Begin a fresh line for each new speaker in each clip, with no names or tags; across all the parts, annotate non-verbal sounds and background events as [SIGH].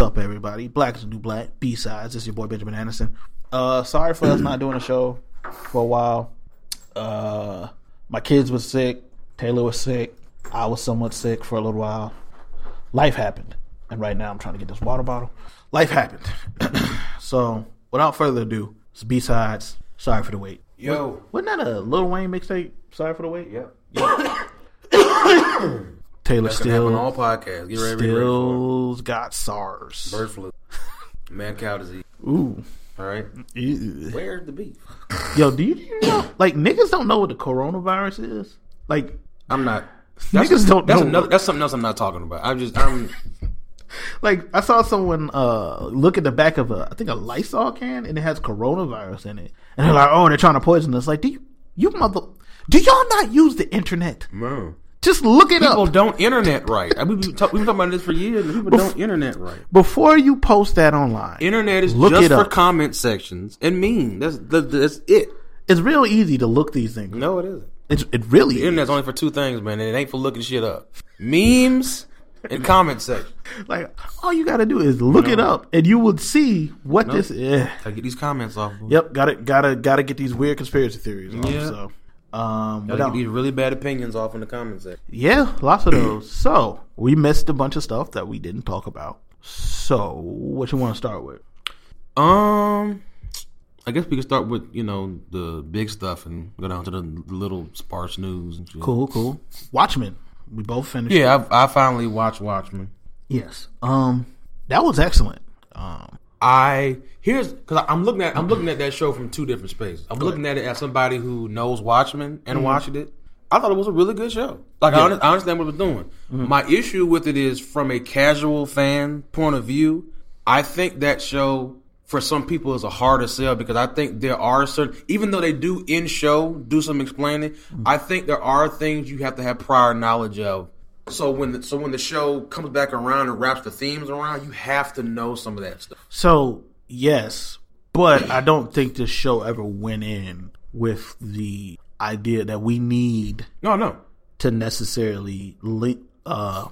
up, everybody? Black is the new black. B sides. It's your boy Benjamin Anderson. Uh, sorry for us not doing a show for a while. Uh, my kids were sick. Taylor was sick. I was somewhat sick for a little while. Life happened, and right now I'm trying to get this water bottle. Life happened. [CLEARS THROAT] so without further ado, it's B sides. Sorry for the wait.
Yo.
Wasn't that a Lil Wayne mixtape? Sorry for the wait.
Yep.
Taylor
That's gonna happen on all
still
podcasts. Get ready, ready for
still's got SARS.
it. bird flu, mad cow disease.
Ooh.
All right.
Ew.
Where's the beef?
Yo, do you, do you know? Like niggas don't know what the coronavirus is. Like
I'm not.
niggas don't
That's
know.
another. That's something else I'm not talking about. I'm just. I'm.
Like I saw someone uh look at the back of a I think a Lysol can and it has coronavirus in it, and they're like, oh, they're trying to poison us. Like, do you you mother? Do y'all not use the internet?
No.
Just look it
People
up
don't internet right. I- We've been, talk, we've been talking about this for years. and People don't internet right.
before you post that online.
Internet is
Look
just
it
for
up.
comment sections and mean. That's that- that's it.
It's real easy to look these things.
No, it isn't.
It's it really is.
Internet's only for two things, man. And it ain't for looking shit up. Memes and comment sections.
like all you got to do is look it up, and you will see what this is.
Gotta get these comments off. Boy.
Yep, gotta gotta gotta get these weird conspiracy theories. Off,
Yeah.
So, um,
Gotta
no.
get these really bad opinions off in the comment section.
yeah, lots of
[CLEARS THROAT]
those. so we missed a bunch of stuff that we didn't talk about. So, what you want to start with?
Um, I guess we could start with you know the big stuff and go down to the little sparse news. And shit.
Cool, cool. Watchmen. We both finished.
Yeah, I, I finally watched Watchmen.
Yes. Um, that was excellent. Um,
I here's because I'm looking at I'm looking at that show from two different spaces. I'm looking at it as somebody who knows Watchmen and watched it. I thought it was a really good show. Like I, under- I understand what it was doing. My issue with it is from a casual fan point of view. I think that show for some people is a harder sell because I think there are certain even though they do in show do some explaining. I think there are things you have to have prior knowledge of. So when the, so when the show comes back around and wraps the themes around, you have to know some of that stuff.
so yes, but I don't think this show ever went in with the idea that we need
No, no.
to necessarily link uh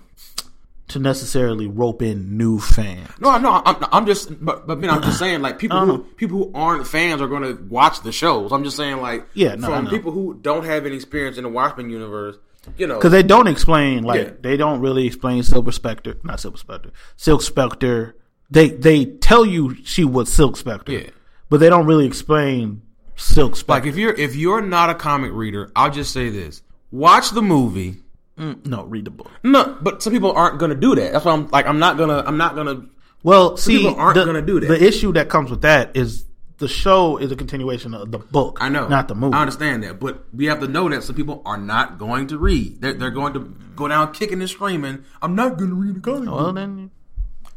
to necessarily rope in new fans.
No, no, I'm, I'm just, but, but man, I'm just saying, like people who people who aren't fans are going to watch the shows. I'm just saying, like,
Yeah, no, I
from
know.
people who don't have any experience in the Watchmen universe, you know,
Because they don't explain, like
Yeah.
they don't really explain Silver Spectre, not Silver Spectre, Silk Spectre. They they tell you she was Silk Spectre,
Yeah.
but they don't really explain Silk
like
Spectre.
if you're if you're not a comic reader, I'll just say this: watch the movie.
Mm, no, read the book.
No, but some people aren't going to do that. That's why I'm like, I'm not gonna, I'm not gonna.
Well, see,
people aren't
the-
gonna do that.
The issue that comes with that is the show is a continuation of the book.
I know,
not the movie.
I understand that, but we have to know that some people are not going to read. They're, they're going to go down kicking and screaming. I'm not going to read the comic. book."
Well, then,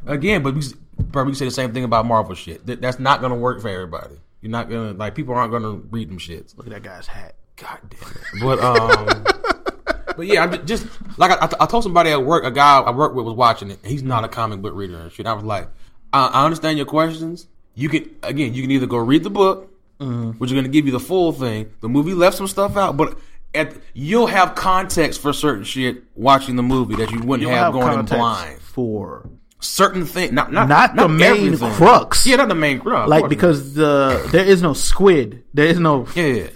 again, but we, bro, we say the same thing about Marvel shit. That, that's not gonna work for everybody. You're not gonna like people aren't gonna read them shits.
look at that guy's hat.
God damn it. But um,
[LAUGHS]
but yeah, I'm ju- just, like I, I, t- I told somebody at work, a guy I work with was watching it. and He's not a comic book reader and shit. I was like, I, I understand your questions. You can again, you can either go read the book,
Mm-hmm.
which is gonna give you the full thing. The movie left some stuff out, but. At, you'll have context for certain shit watching the movie that you wouldn't
You'll
have, going in
context
blind.
for
Certain thing, not not,
not, the main
everything.
crux.
Yeah, not the main crowd.
like because the there is no squid. There is no
yeah,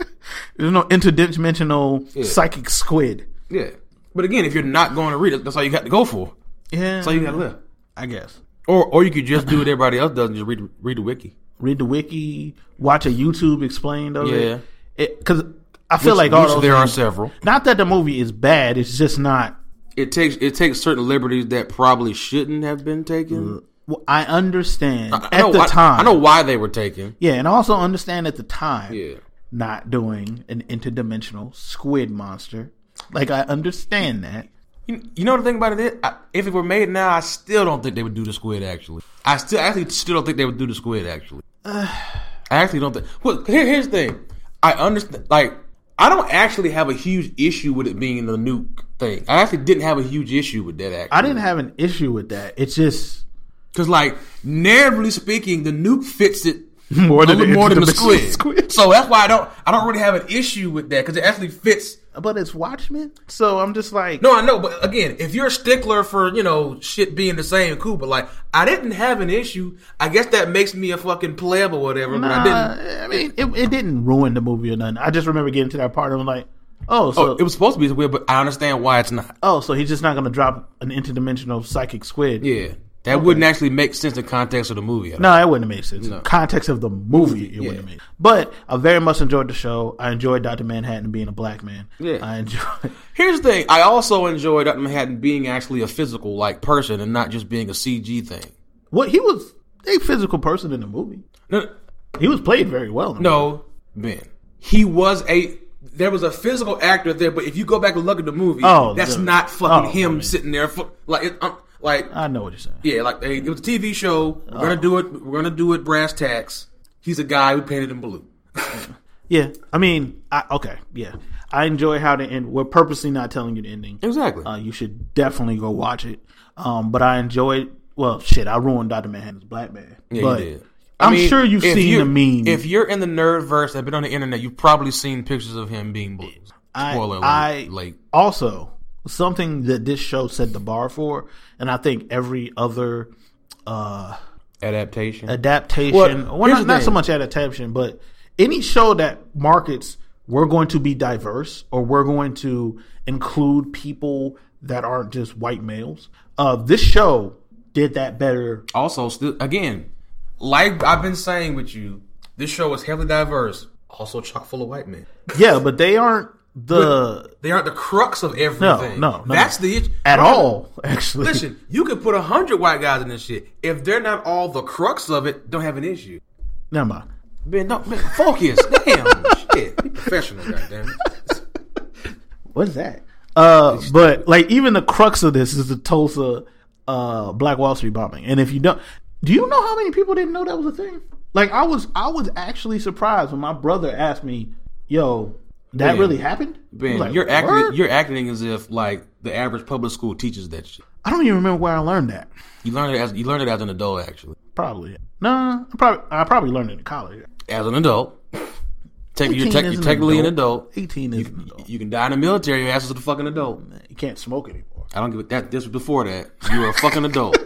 there's no interdimensional psychic squid.
yeah. But again, if you're not going to read it, that's all you got to go for.
Yeah,
That's all you got to live.
I guess
Or or you could just do what everybody else does and just read read the wiki.
read the wiki, watch a YouTube explained of
Yeah.
it. Because I feel like all
Which
those
there are
things-
several.
Not that the movie is bad. It's just not.
It takes it takes certain liberties that probably shouldn't have been taken
well, I understand
I
Mm. at
know,
the
I-
time.
I know why they were taken.
Yeah, and I also understand at the time.
Yeah.
Not doing an interdimensional squid monster. Like I understand that.
You, you know the thing about it is, I, if it were made now, I still don't think they would do the squid. Actually, I still I actually still don't think they would do the squid. Actually, [SIGHS] I actually don't think. Well, here, here's the thing. I understand. Like, I don't actually have a huge issue with it being the nuke thing. I actually didn't have a huge issue with that. Actually,
I didn't have an issue with that. It's just
because, like, narratively speaking, the nuke
[LAUGHS]
fits it
more
a little more than the squid.
squid.
So that's why I don't I don't really have an issue with that because it actually fits
but it's Watchmen. So I'm just like,
No, I know, but again, if you're a stickler for, you know, shit being the same, cool, but like, I didn't have an issue. I guess that makes me a fucking pleb or whatever, but
nah,
I didn't.
Uh, I, mean, it, it didn't ruin the movie or nothing. I just remember getting to that part and I'm like, oh, so
Oh, it was supposed to be weird, but I understand why it's not.
oh, so he's just not gonna drop an interdimensional psychic squid.
Yeah. That wouldn't actually make sense in context of the movie. at all.
No, it wouldn't have made sense. Context of the movie, it wouldn't have made. But I very much enjoyed the show. I enjoyed Doctor Manhattan being a black man.
Yeah.
I enjoyed.
Here's the thing. I also enjoyed Dr. Manhattan being actually a physical like person and not just being a CG thing.
What he was a physical person in the movie.
No,
He was played very well. In the
no, Ben. He was a there was a physical actor there, but if you go back and look at the movie,
Oh,
that's
the-
not fucking
oh,
him
I mean.
sitting there. Fu- like, it, um, like
I know what you're saying.
yeah, like hey, it was a TV show. We're gonna do it. We're gonna do it. Brass tacks. He's a guy who painted in blue.
Yeah, I mean, I, okay, yeah, I enjoy how to end. We're purposely not telling you the ending.
Exactly.
Uh, you should definitely go watch it. Um, but I enjoyed. Well, shit, I ruined Doctor Manhattan's Black Man.
yeah,
but
you did.
I'm sure you've
if
seen
you-
the meme.
If you're in the nerd verse, I've been on the internet. You've probably seen pictures of him being blue.
I-
Spoiler alert.
I-
like
also something that this show set the bar for, and I think every other uh,
adaptation.
adaptation,
Well,
well,
here's the
not, not so
thing.
much adaptation, but any show that markets we're going to be diverse or we're going to include people that aren't just white males. Uh, this show did that better.
also still again like i've been saying with you this show is heavily diverse also chock full of white men
Yeah, but they aren't the
they aren't the crux of everything
no, no.
that's the issue
at all. Actually,
listen you could put a hundred white guys in this shit if they're not all the crux of it don't have an issue
[LAUGHS] never mind.
man no man, focus [LAUGHS] damn shit be professional goddamn it.
What is that? Uh, but like even the crux of this is the Tulsa uh, Black Wall Street bombing, and if you don't, do you know how many people didn't know that was a thing? Like I was, I was actually surprised when my brother asked me, "Yo, that
Ben.
really happened?" I was
Ben,
like,
you're acting.
"What?"
You're acting as if like the average public school teaches that shit.
I don't even remember where I learned that.
You learn it as you learn it as an adult, actually.
Probably, nah, I probably, I probably learned it in college.
As an adult, Tech- you're,
18
tech
is
you're
an
technically an
adult.
adult.
Eighteen is an adult.
You can die in the military. Your ass is a fucking adult.
You can't smoke anymore.
I don't give a that. This was before that. You were a fucking adult.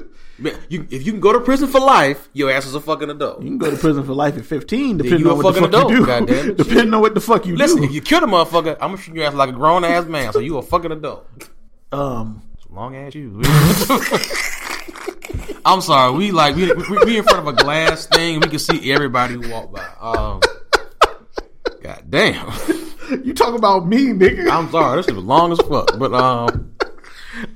[LAUGHS]
Man, you, if you can go to prison for life, your ass is a fucking adult.
You can go to prison for life at fifteen, depending
you a
on what the fuck
fucking
you do.
adult,
[LAUGHS]
goddammit.
depending on what the fuck you
Listen,
do.
if you kill the motherfucker, I'm gonna shoot your ass like a grown ass man. So you a fucking adult.
um,
Long ass you. [LAUGHS] I'm sorry. We like we, we we in front of a glass thing. We can see everybody who walk by. Um, God damn.
you talk about me, nigga.
I'm sorry. This is long as fuck. But um.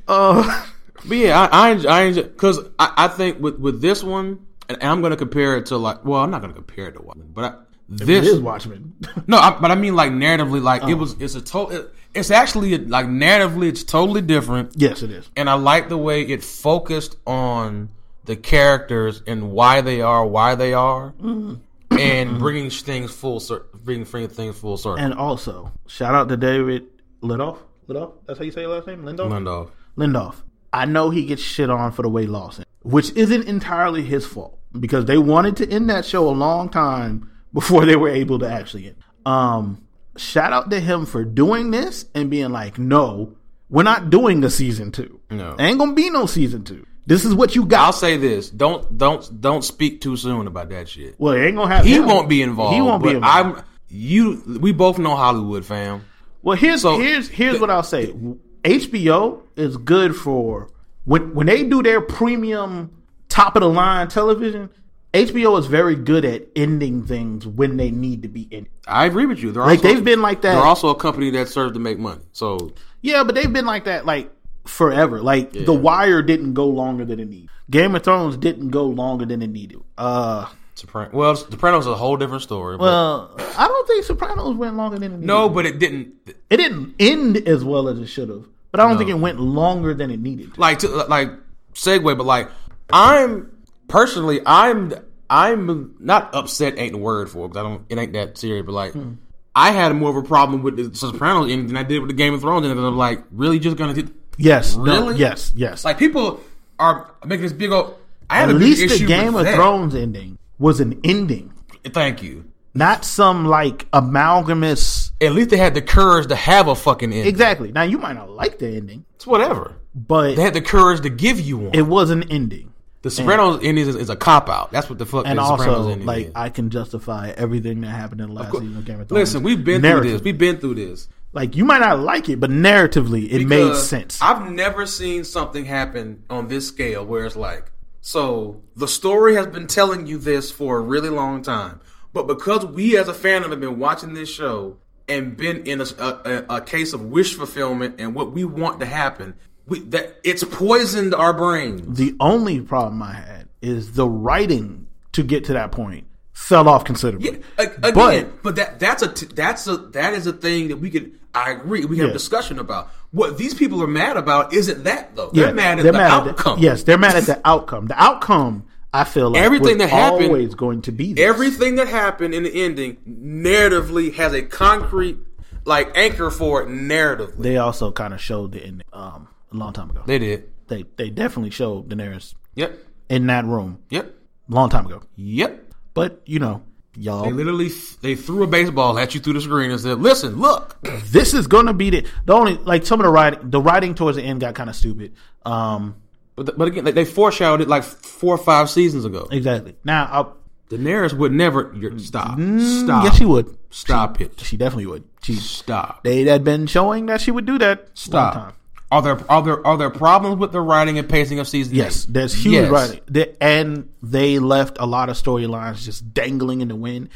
Uh,
But yeah, I I enjoy, I enjoy, cause I, I think with with this one, and I'm gonna compare it to like, well, I'm not gonna compare it to Watchmen, but I,
it is
this
Watchmen. [LAUGHS]
no, I, but I mean like narratively, like
Oh.
it was it's a to, it, it's actually like narratively it's totally different,
yes, it is.
and I like the way it focused on the characters and why they are why they are,
Mm-hmm.
and bringing things full circle, bringing things full circle.
And also, shout out to David Lidoff. Lidoff? That's how you say your last name? Lindoff?
Lindoff.
Lindoff. I know he gets shit on for the way Lawson, which isn't entirely his fault because they wanted to end that show a long time before they were able to actually end. Um, shout out to him for doing this and being like, no, we're not doing a season two.
No.
Ain't gonna be no season two. This is what you
I'll
got.
say this: don't don't don't speak too soon about that shit.
well, it ain't gonna happen.
He won't be involved.
He won't
but
be involved.
I'm you. We both know Hollywood, fam.
Well, here's
So-
here's here's what I'll say. HBO is good for when when they do their premium top of the line television. HBO is very good at ending things when they need to be in.
I agree with you. They're
Like
also,
they've been like that.
They're also a company that serves to make money. So
yeah, but they've been like that like forever. Like The Wire didn't go longer than it needed. Game of Thrones didn't go longer than it needed. Uh,
Sopran- well, Sopranos is a whole different story. But,
uh I don't think Sopranos went longer than it needed.
no, but it didn't.
it didn't end as well as it should have. But I don't think it went longer than it needed. to.
Like to, like segue, but like I'm personally, I'm I'm not upset. Ain't the word for it 'cause I don't. It ain't that serious. But like. I had more of a problem with the Sopranos ending than I did with the Game of Thrones ending. 'cause I'm like, really, just gonna do-
Yes, no,
Really?
yes, yes.
like people are making this big old. I had
At
a big
least
issue
the Game
with
of
that.
Thrones ending was an ending.
Thank you.
not some like amalgamous.
At least they had the courage to have a fucking ending.
Exactly. Now you might not like the ending,
It's whatever.
but
They had the courage to give you one.
it was an ending.
the Sopranos ending is, is a cop out. That's what the fuck.
Mm. And
the Sopranos
also,
ending
like
is.
I can justify everything that happened in the last season of Game of Thrones.
listen, we've been through this.
Narratively.
We've been through this.
Like you might not like it, but narratively, it made
Because
sense.
I've never seen something happen on this scale where it's like, so the story has been telling you this for a really long time, but because we as a fandom have been watching this show and been in a, a, a case of wish fulfillment and what we want to happen, we, that it's poisoned our brain.
the only problem I had is the writing to get to that point fell off considerably.
A- Again, but,
But-
that that's a t- that's a that is a thing that we could I agree we can have
Yeah.
discussion about. What these people are mad about isn't that though. They're
Yeah,
mad at the outcome.
yes, they're mad at the outcome. The outcome, I feel like
Everything
was
that happened-
always going to be this.
everything that happened in the ending narratively has a concrete like anchor for it narratively.
They also kind of showed the ending um, a long time ago. They,
did.
they definitely showed Daenerys
Yep.
in that room
Yep.
a long time ago.
Yep.
But you know,
They
y'all,
literally they threw a baseball at you through the screen and said, "Listen, look."
this is going to be the the only like some of the writing. The writing towards the end got kind of stupid. Um,
But but again, they, they foreshadowed it like four or five seasons ago.
exactly. Now,
Daenerys would never you're,
I,
stop. Stop.
Mm, yes, she would.
Stop it.
She definitely would. She
Stop.
they had been showing that she would do that.
Stop.
Long time.
Are there are there are there problems with the writing and pacing of season?
Yes,
eight?
there's huge
Yes.
writing, They- and they left a lot of storylines just dangling in the wind.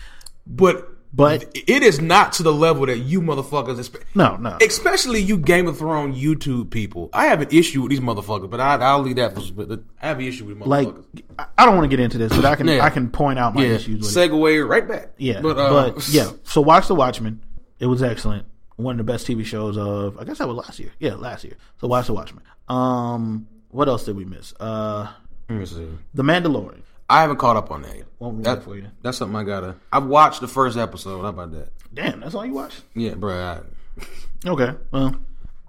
but
But-
it is not to the level that you motherfuckers expect.
No, no,
Especially you Game of Thrones YouTube people. I have an issue with these motherfuckers, but I, I'll leave that for. But I have an issue with
like
motherfuckers.
I- I don't want to get into this, but I can
Yeah.
I can point out my
yeah,
issues with it.
segue right back.
Yeah,
but,
but,
uh, [LAUGHS]
yeah. So watch The Watchmen. It was excellent. One of the best TV shows of I guess that was last year. Yeah, last year. So watch The Watchmen. Um, what else did we miss? Uh,
Let me see.
The Mandalorian.
I haven't caught up on that. Yet.
Won't ruin
That-
it for you.
That's something I gotta. I've watched the first episode. How about that?
Damn, that's all you watched.
Yeah, bro.
Okay, well,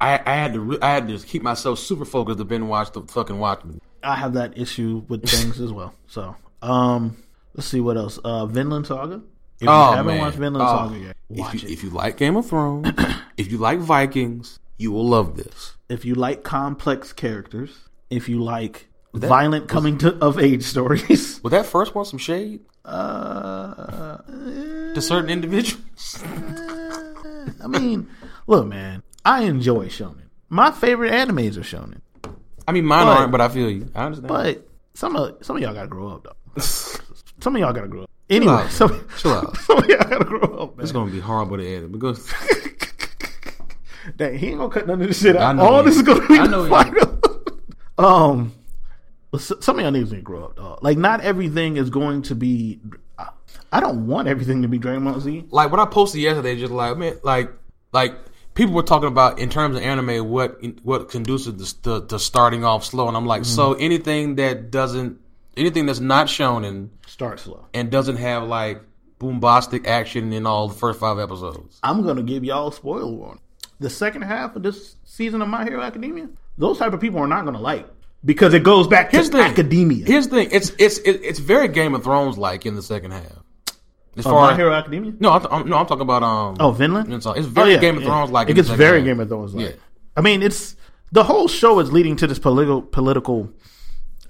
I, I, I had to. Re- I had to keep myself super focused to binge watch the fucking Watchmen.
I have that issue with things as well. So, um, let's see what else. Uh, Vinland Saga. If
Oh,
you haven't
man.
watched Vinland
Oh.
Saga yet, watch
If you,
it.
if you like Game of
[CLEARS THROAT]
Thrones, if you like Vikings, you will love this.
If you like complex characters, if you like violent coming to of age stories, [LAUGHS]
Was that first one some shade
uh,
to certain individuals?
I mean, look, man, I enjoy shonen. My favorite animes are shonen,
I mean, mine
But-
aren't, but I feel you. I understand.
but some of some of y'all gotta grow up though. Some of y'all gotta grow up. Anyway,
out.
some,
[LAUGHS] Chill out.
[LAUGHS] some of y'all gotta grow up. Man.
it's gonna be horrible to edit because
Dang, he ain't gonna cut none of this shit out.
I know
All
he
this is
ain't.
gonna be
I
I
know
know
he
final. [LAUGHS] um, well, s- some of y'all niggas need to grow up, dog. Like, not everything is going to be. I- I don't want everything to be Draymond Z.
like what I posted yesterday, just like man, like like people were talking about in terms of anime, what what conducive to, to, to starting off slow, and I'm like, so
Mm-hmm.
anything that doesn't, anything that's not shown and
Start slow.
and doesn't have like bombastic action in all the first five episodes.
I'm gonna give y'all a spoiler warning. The second half of this season of My Hero Academia, those type of people are not gonna like because it goes back
Here's
to
the thing.
academia.
Here's the thing: it's it's it, it's very Game of Thrones like in the second half. As
Of
far
Oh, My
as,
Hero Academia.
no, I'm, I'm- no, I'm talking about um.
Oh, Vinland.
It's, it's very
Oh, yeah,
Game of
yeah.
Thrones like.
It gets very Game of Thrones like.
Yeah.
I mean, it's the whole show is leading to this political political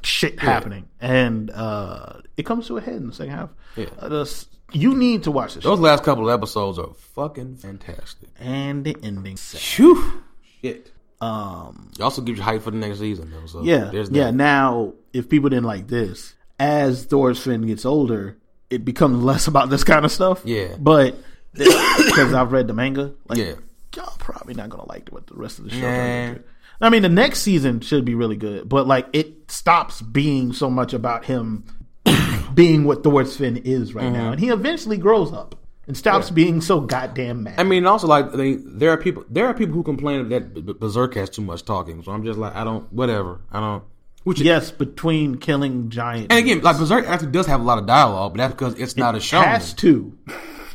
shit happening, and uh, it comes to a head in the second half.
Yeah.
Uh, the s- you need to watch this, show.
Those last couple of episodes are fucking fantastic.
and the ending.
Phew. Shit.
Um,
It also gives you hype for the next season though. So
yeah,
there's that.
yeah. Now, if people didn't like this, as Thor's Finn gets older, it becomes less about this kind of stuff.
Yeah.
but [COUGHS] because I've read the manga, like,
Yeah.
y'all probably not gonna like what the rest of the show.
Nah.
I mean, the next season should be really good, but like it stops being so much about him [COUGHS] being what Thor's Finn is right
Mm-hmm.
now, and he eventually grows up and stops being so goddamn mad.
I mean, also like they, there are people there are people who complain that B- B- Berserk has too much talking. So I'm just like I don't whatever I don't. Which
yes, between killing giant
and again like Berserk actually does have a lot of dialogue, but that's because it's not a show.
has to,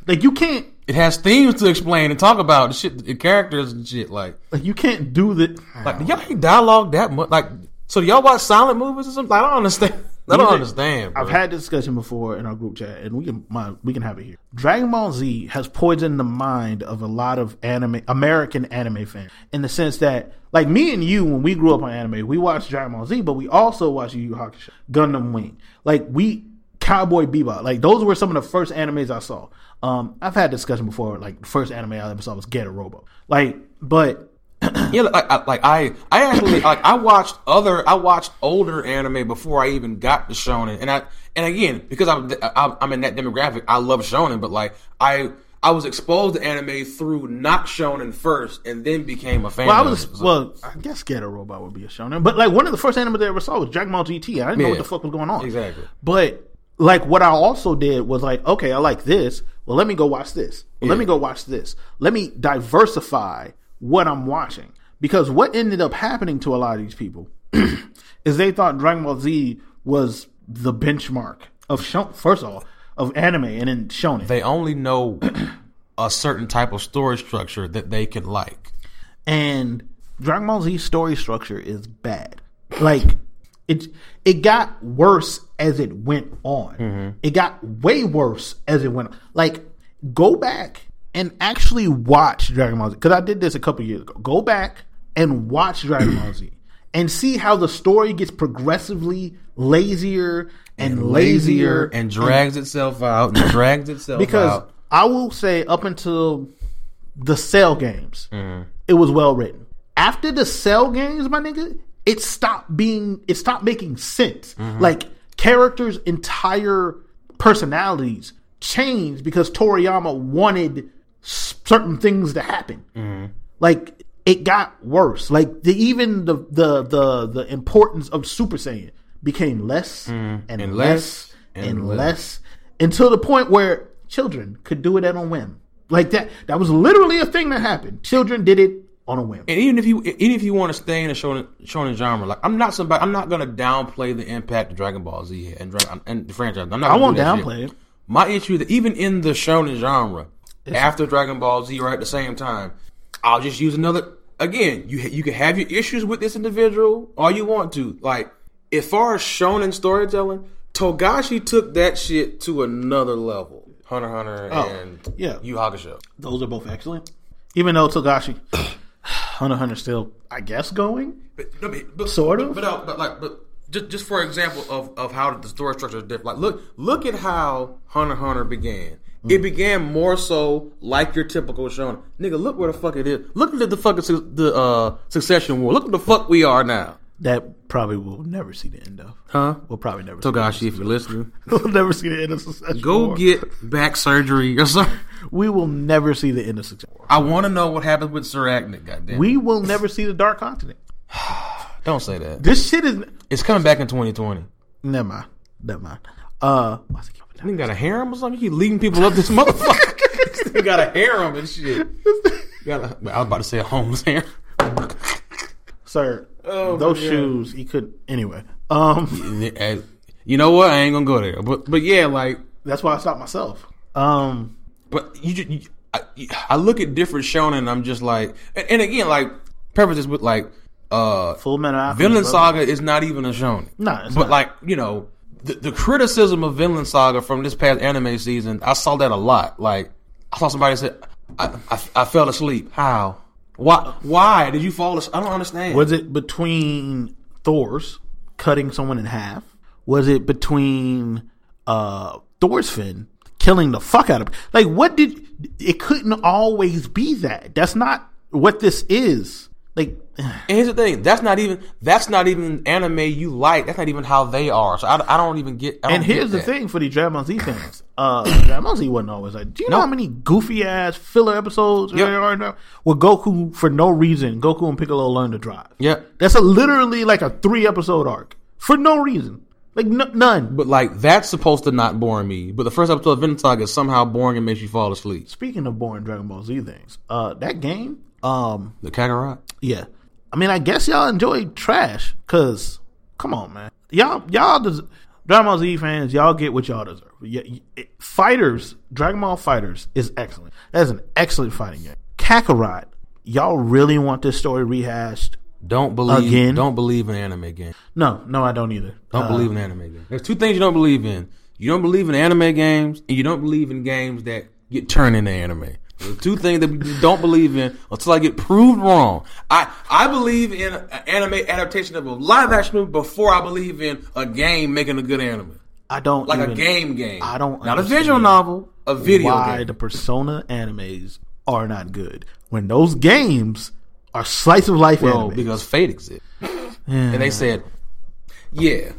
like you can't
it has themes to explain and talk about the shit, the characters and shit. Like
like you can't do the
like do y'all hate dialogue that much? Like so do y'all watch silent movies or something? I don't understand. [LAUGHS] I don't
Even-
understand. Bro.
I've had this discussion before in our group chat, and we can my, we can have it here. Dragon Ball Z has poisoned the mind of a lot of anime American anime fans in the sense that, like me and you, when we grew up on anime, we watched Dragon Ball Z, but we also watched Yu Yu Hakusho, Gundam Wing, like we Cowboy Bebop, like those were some of the first animes I saw. Um, I've had discussion before, like the first anime I ever saw was Get a Robo, like, but
Yeah, like I, like I, I actually like I watched other, I watched older anime before I even got to shonen, and I, and again because I'm, I'm I'm in that demographic, I love shonen, but like I, I was exposed to anime through not shonen first, and then became a fan.
Well, I
of
was
it. So-
well. I guess Get a Robot would be a shonen, but like one of the first anime I ever saw was Dragon Ball GT. I didn't know what
Yeah.
the fuck was going on.
Exactly.
But like what I also did was like, okay, I like this. Well, let me go watch this. Well, Let me go watch this. Let me diversify what I'm watching because what ended up happening to a lot of these people [CLEARS THROAT] is they thought Dragon Ball Z was the benchmark of shonen. First of all, of anime and then shonen.
they only know a certain type of story structure that they can like.
and Dragon Ball Z story structure is bad. Like it, it got worse as it went on. It got way worse as it went. on. Like go back and actually watch Dragon Ball Z because I did this a couple years ago. Go back and watch Dragon Ball Z and see how the story gets progressively lazier and, lazier
and drags itself out and drags itself
because
out.
I will say up until the cell games, it was well written. After the cell games, my nigga, it stopped being it stopped making sense. Like characters' entire personalities changed because Toriyama wanted s- certain things to happen. Like it got worse. Like the even the the the the importance of Super Saiyan became less Mm-hmm. and,
And
less
less
and,
and
less
less.
less until the point where children could do it at a whim. Like that that was literally a thing that happened. Children did it on a whim.
and even if you even if you want to stay in a shonen, shonen genre, like I'm not somebody, I'm not gonna downplay the impact of Dragon Ball Z here and Dra- and the franchise. I'm not.
I
gonna
won't
do that shit.
downplay it.
My issue that even in the shonen genre, after Dragon Ball Z, right at the same time, I'll just use another. Again, you ha- you can have your issues with this individual all you want to. Like, as far as shonen storytelling, Togashi took that shit to another level. Oh, Hunter x Hunter and
yeah.
Yu Hakusho.
Those are both excellent. Even though Togashi [SIGHS] Hunter x Hunter still I guess going.
But, no, but, but-
Sort of.
But, uh, but, but like, but just, just for example of, of how the story structure is different. Like, look, look at how Hunter x Hunter began. It began more so like your typical shonen. Nigga, look where the fuck it is. Look at the fucking su- the uh, succession war. Look at the fuck we are now.
That probably will never see the end of.
Huh?
We'll probably never
Togashi, if you're listening,
see [LAUGHS] We'll never see the end of success.
go
War.
get back surgery [LAUGHS] or something.
We will never see the end of success. War.
I want to know what happens with Sirachnik. Goddamn,
We will never see the Dark Continent.
don't say that.
This shit is
It's coming back in 2020.
never mind. Never mind. Uh what's it called?
You got a harem or something? You keep leading people up this motherfucker. you got a harem and shit. You got a, I was about to say a homeless harem.
Sir, those shoes he couldn't anyway. Um [LAUGHS]
And You know what? I ain't gonna go there. But but yeah, like
That's why I stopped myself. Um,
but you, ju- you I, I look at different shonen. and I'm just like, and, and again, like purpose is with like uh
Full Metal Alchemist.
Vinland
brother.
Saga is not even a shonen.
Nah, it's
but
not.
like you know, the, the criticism of Vinland Saga from this past anime season, I saw that a lot. Like I saw somebody say, I, I, I fell asleep. How? Why? Why did you fall? Asleep? I don't understand.
was it between Thor's cutting someone in half? Was it between uh, Thor's fin killing the fuck out of? Like, what did it? Couldn't always be that. That's not what this is. Like,
And here's the thing. That's not even. That's not even anime you like. That's not even how they are. So I, I don't even get. I don't
and here's
get
the
that.
thing for the Dragon Ball Z fans. Uh, Dragon Ball Z wasn't always like. Do you know how many goofy ass filler episodes
Yep.
there are now? Where Goku, for no reason, Goku and Piccolo learn to drive.
Yeah.
That's a literally like a three episode arc for no reason, like n- none.
But like that's supposed to not bore me. But the first episode of Vinland Saga is somehow boring and makes you fall asleep.
Speaking of boring Dragon Ball Z things, uh, that game, um,
The Kakarot.
yeah, I mean, I guess y'all enjoy trash, cause come on, man, y'all, y'all, des- Dragon Ball Z fans, y'all get what y'all deserve. Y- y- it- fighters, Dragon Ball Fighters is excellent. That's an excellent fighting game. Kakarot, y'all really want this story rehashed?
Don't believe.
Again?
Don't believe in anime games.
No, no, I don't either.
Don't
Uh,
believe in anime games. There's two things you don't believe in. You don't believe in anime games, and you don't believe in games that get turned into anime. The two things that we don't believe in until I get proved wrong. I I believe in an anime adaptation of a live action movie before I believe in a game making a good anime,
I don't
like a
even-
game game.
I don't
not a
understand
visual novel, a video
why
game.
the Persona animes are not good when those games are slice of life
Well,
anime.
because Fate exists, and they said, yeah,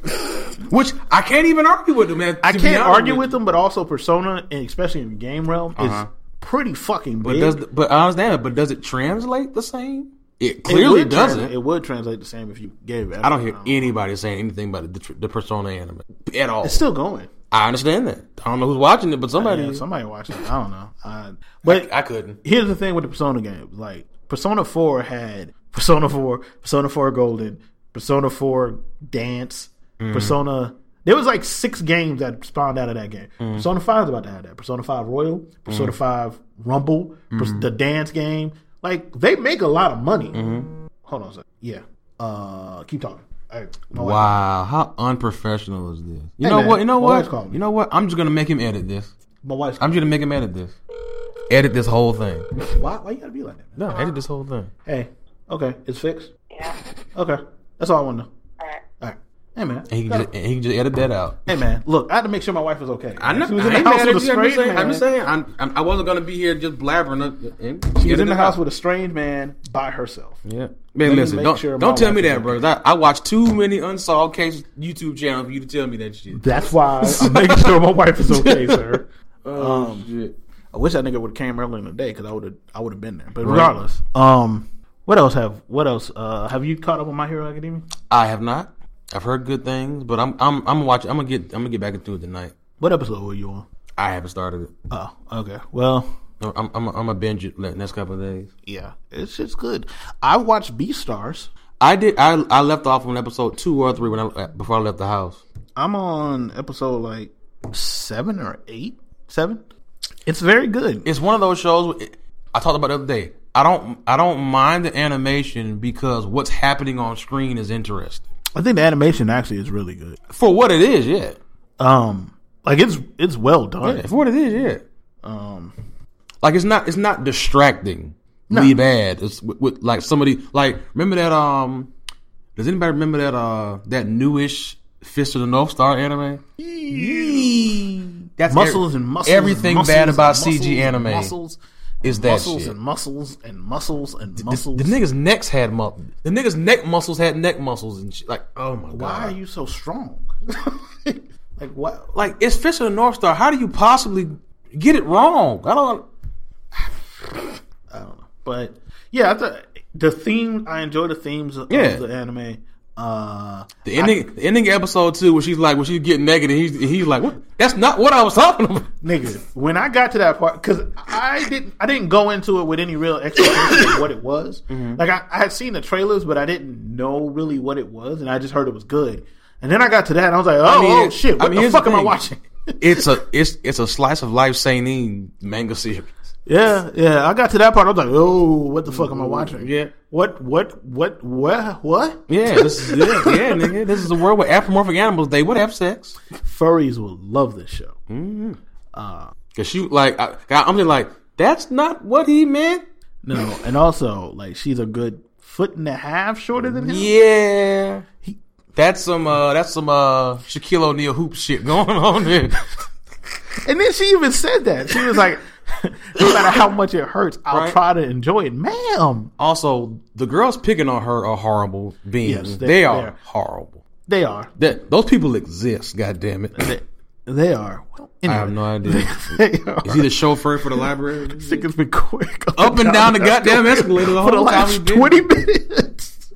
which I can't even argue with them, man.
I can't argue with them, but also Persona, and especially in the game realm,
Uh-huh.
is pretty fucking big.
But does the- but I understand it. But does it translate the same? It clearly
would
doesn't.
translate- It would translate the same if you gave it.
I don't hear anybody saying anything about the, tr- the Persona anime at all.
It's still going.
I understand that. I don't know who's watching it, but somebody.
Yeah, somebody watching. it. I don't know. I, but
I couldn't.
here's the thing with the Persona games. Like Persona Four had Persona Four, Persona Four Golden, Persona Four Dance,
Mm-hmm.
Persona. There was like six games that spawned out of that game.
Mm-hmm.
Persona Five is about to have that. Persona Five Royal, Persona Five Rumble, Pers-
Mm-hmm.
the dance game. Like they make a lot of money.
Mm-hmm.
Hold on a second. Yeah. Uh, keep talking. Hey, my wife-
Wow, how unprofessional is this? You
Hey,
know
man,
what? You know
my
what?
wife called me.
You know what? I'm just gonna make him edit this.
My wife's.
I'm just gonna make him edit this. Edit this whole thing.
Why, why you gotta be like that?
No, edit this whole thing.
Hey, okay, it's fixed.
Yeah.
Okay, that's all I want to know.
All right.
All right. Hey man,
And he can, just, and he can just edit that out.
hey man, look, I had to make sure my wife was okay.
I know.
she was in
I
the
ain't
house
mad
with a
at you. I'm just
strange
saying.
man.
I'm just saying. I'm, I'm, I wasn't gonna be here just blabbering. up and-
she was in the
edit it
house
out.
with a strange man by herself.
Yeah. Man, listen,
make
don't,
sure my
don't tell me
wife is
that, bro. I, I watch too many unsolved cases YouTube channel for you to tell me that shit.
That's why
[LAUGHS]
I'm making sure my wife is okay, sir.
Oh, shit.
I wish that nigga would have came earlier in the day because I would have I would have been there. But regardless, um, what else have what else uh have you caught up on My Hero Academia?
I have not. I've heard good things, but I'm I'm I'm watching. I'm gonna get I'm gonna get back into it tonight.
What episode were you on?
I haven't started it.
Oh, okay. Well,
No, I'm I'm I'm a binge it the next couple of days.
yeah, it's just good. I watched Beastars.
I did. I I left off on episode two or three when I uh, before I left the house.
I'm on episode like seven or eight, seven. It's very good.
It's one of those shows I talked about the other day. I don't I don't mind the animation because what's happening on screen is interesting
I think the animation actually is really good.
for what it is. Yeah,
Um, like it's it's well done.
yeah for what it is. Yeah.
Um,
Like it's not it's not distracting. Really bad. It's with, with like somebody like remember that um. Does anybody remember that uh that newish Fist of the North Star anime? That's
muscles
every-
and muscles.
Everything
and muscles
bad about
and
CG
muscles
anime
and Muscles,
is that
muscles
shit.
and muscles and muscles and
the,
muscles.
the niggas' necks had muscles. The niggas' neck muscles had neck muscles and shit. Like oh my god.
Why are you so strong? [LAUGHS] like what?
Like it's Fist of the North Star. How do you possibly get it wrong? I don't.
I don't know. But yeah, I thought the theme. I enjoy the themes of,
Yeah.
the anime. Uh,
The ending, the ending of episode two, where she's like, when she's getting negative, he's, he's like, what? That's not what I was talking about.
Nigga, when I got to that part, because I didn't, I didn't go into it with any real expectation of what it was.
Mm-hmm.
Like I, I had seen the trailers, but I didn't know really what it was, and I just heard it was good. And then I got to that, and I was like, oh,
mean,
oh shit, what
I mean,
the
here's the
fuck am I
thing.
watching?
it's a it's it's a slice of life Sainin manga series.
[LAUGHS] yeah, yeah, I got to that part. I was like, oh, what the fuck am I watching?
Mm-hmm. Yeah.
what, what, what, what, what?
Yeah, this is yeah, yeah, nigga. This is a world where anthropomorphic animals they would have sex.
Furries will love this show.
Mm-hmm. Cause she like I, I'm just like that's not what he meant.
No, and also like she's a good foot and a half shorter
Mm-hmm.
than him.
Yeah, that's some uh that's some uh Shaquille O'Neal hoop shit going on there.
And then she even said that. She was like, [LAUGHS] no matter how much it hurts, I'll
Right.
try to enjoy it. Ma'am,
Also, the girls picking on her are horrible beings.
Yes,
they,
they-
are
they're-
horrible.
they are.
That those people exist. God damn it!
They, they are.
I
Anyway, [LAUGHS]
have no idea.
They are.
[LAUGHS] Is he the chauffeur for the library?
Think it's been quick.
Up and down the [LAUGHS] goddamn escalator the
for the
whole time we've
last
been. Mm-hmm.
20 minutes.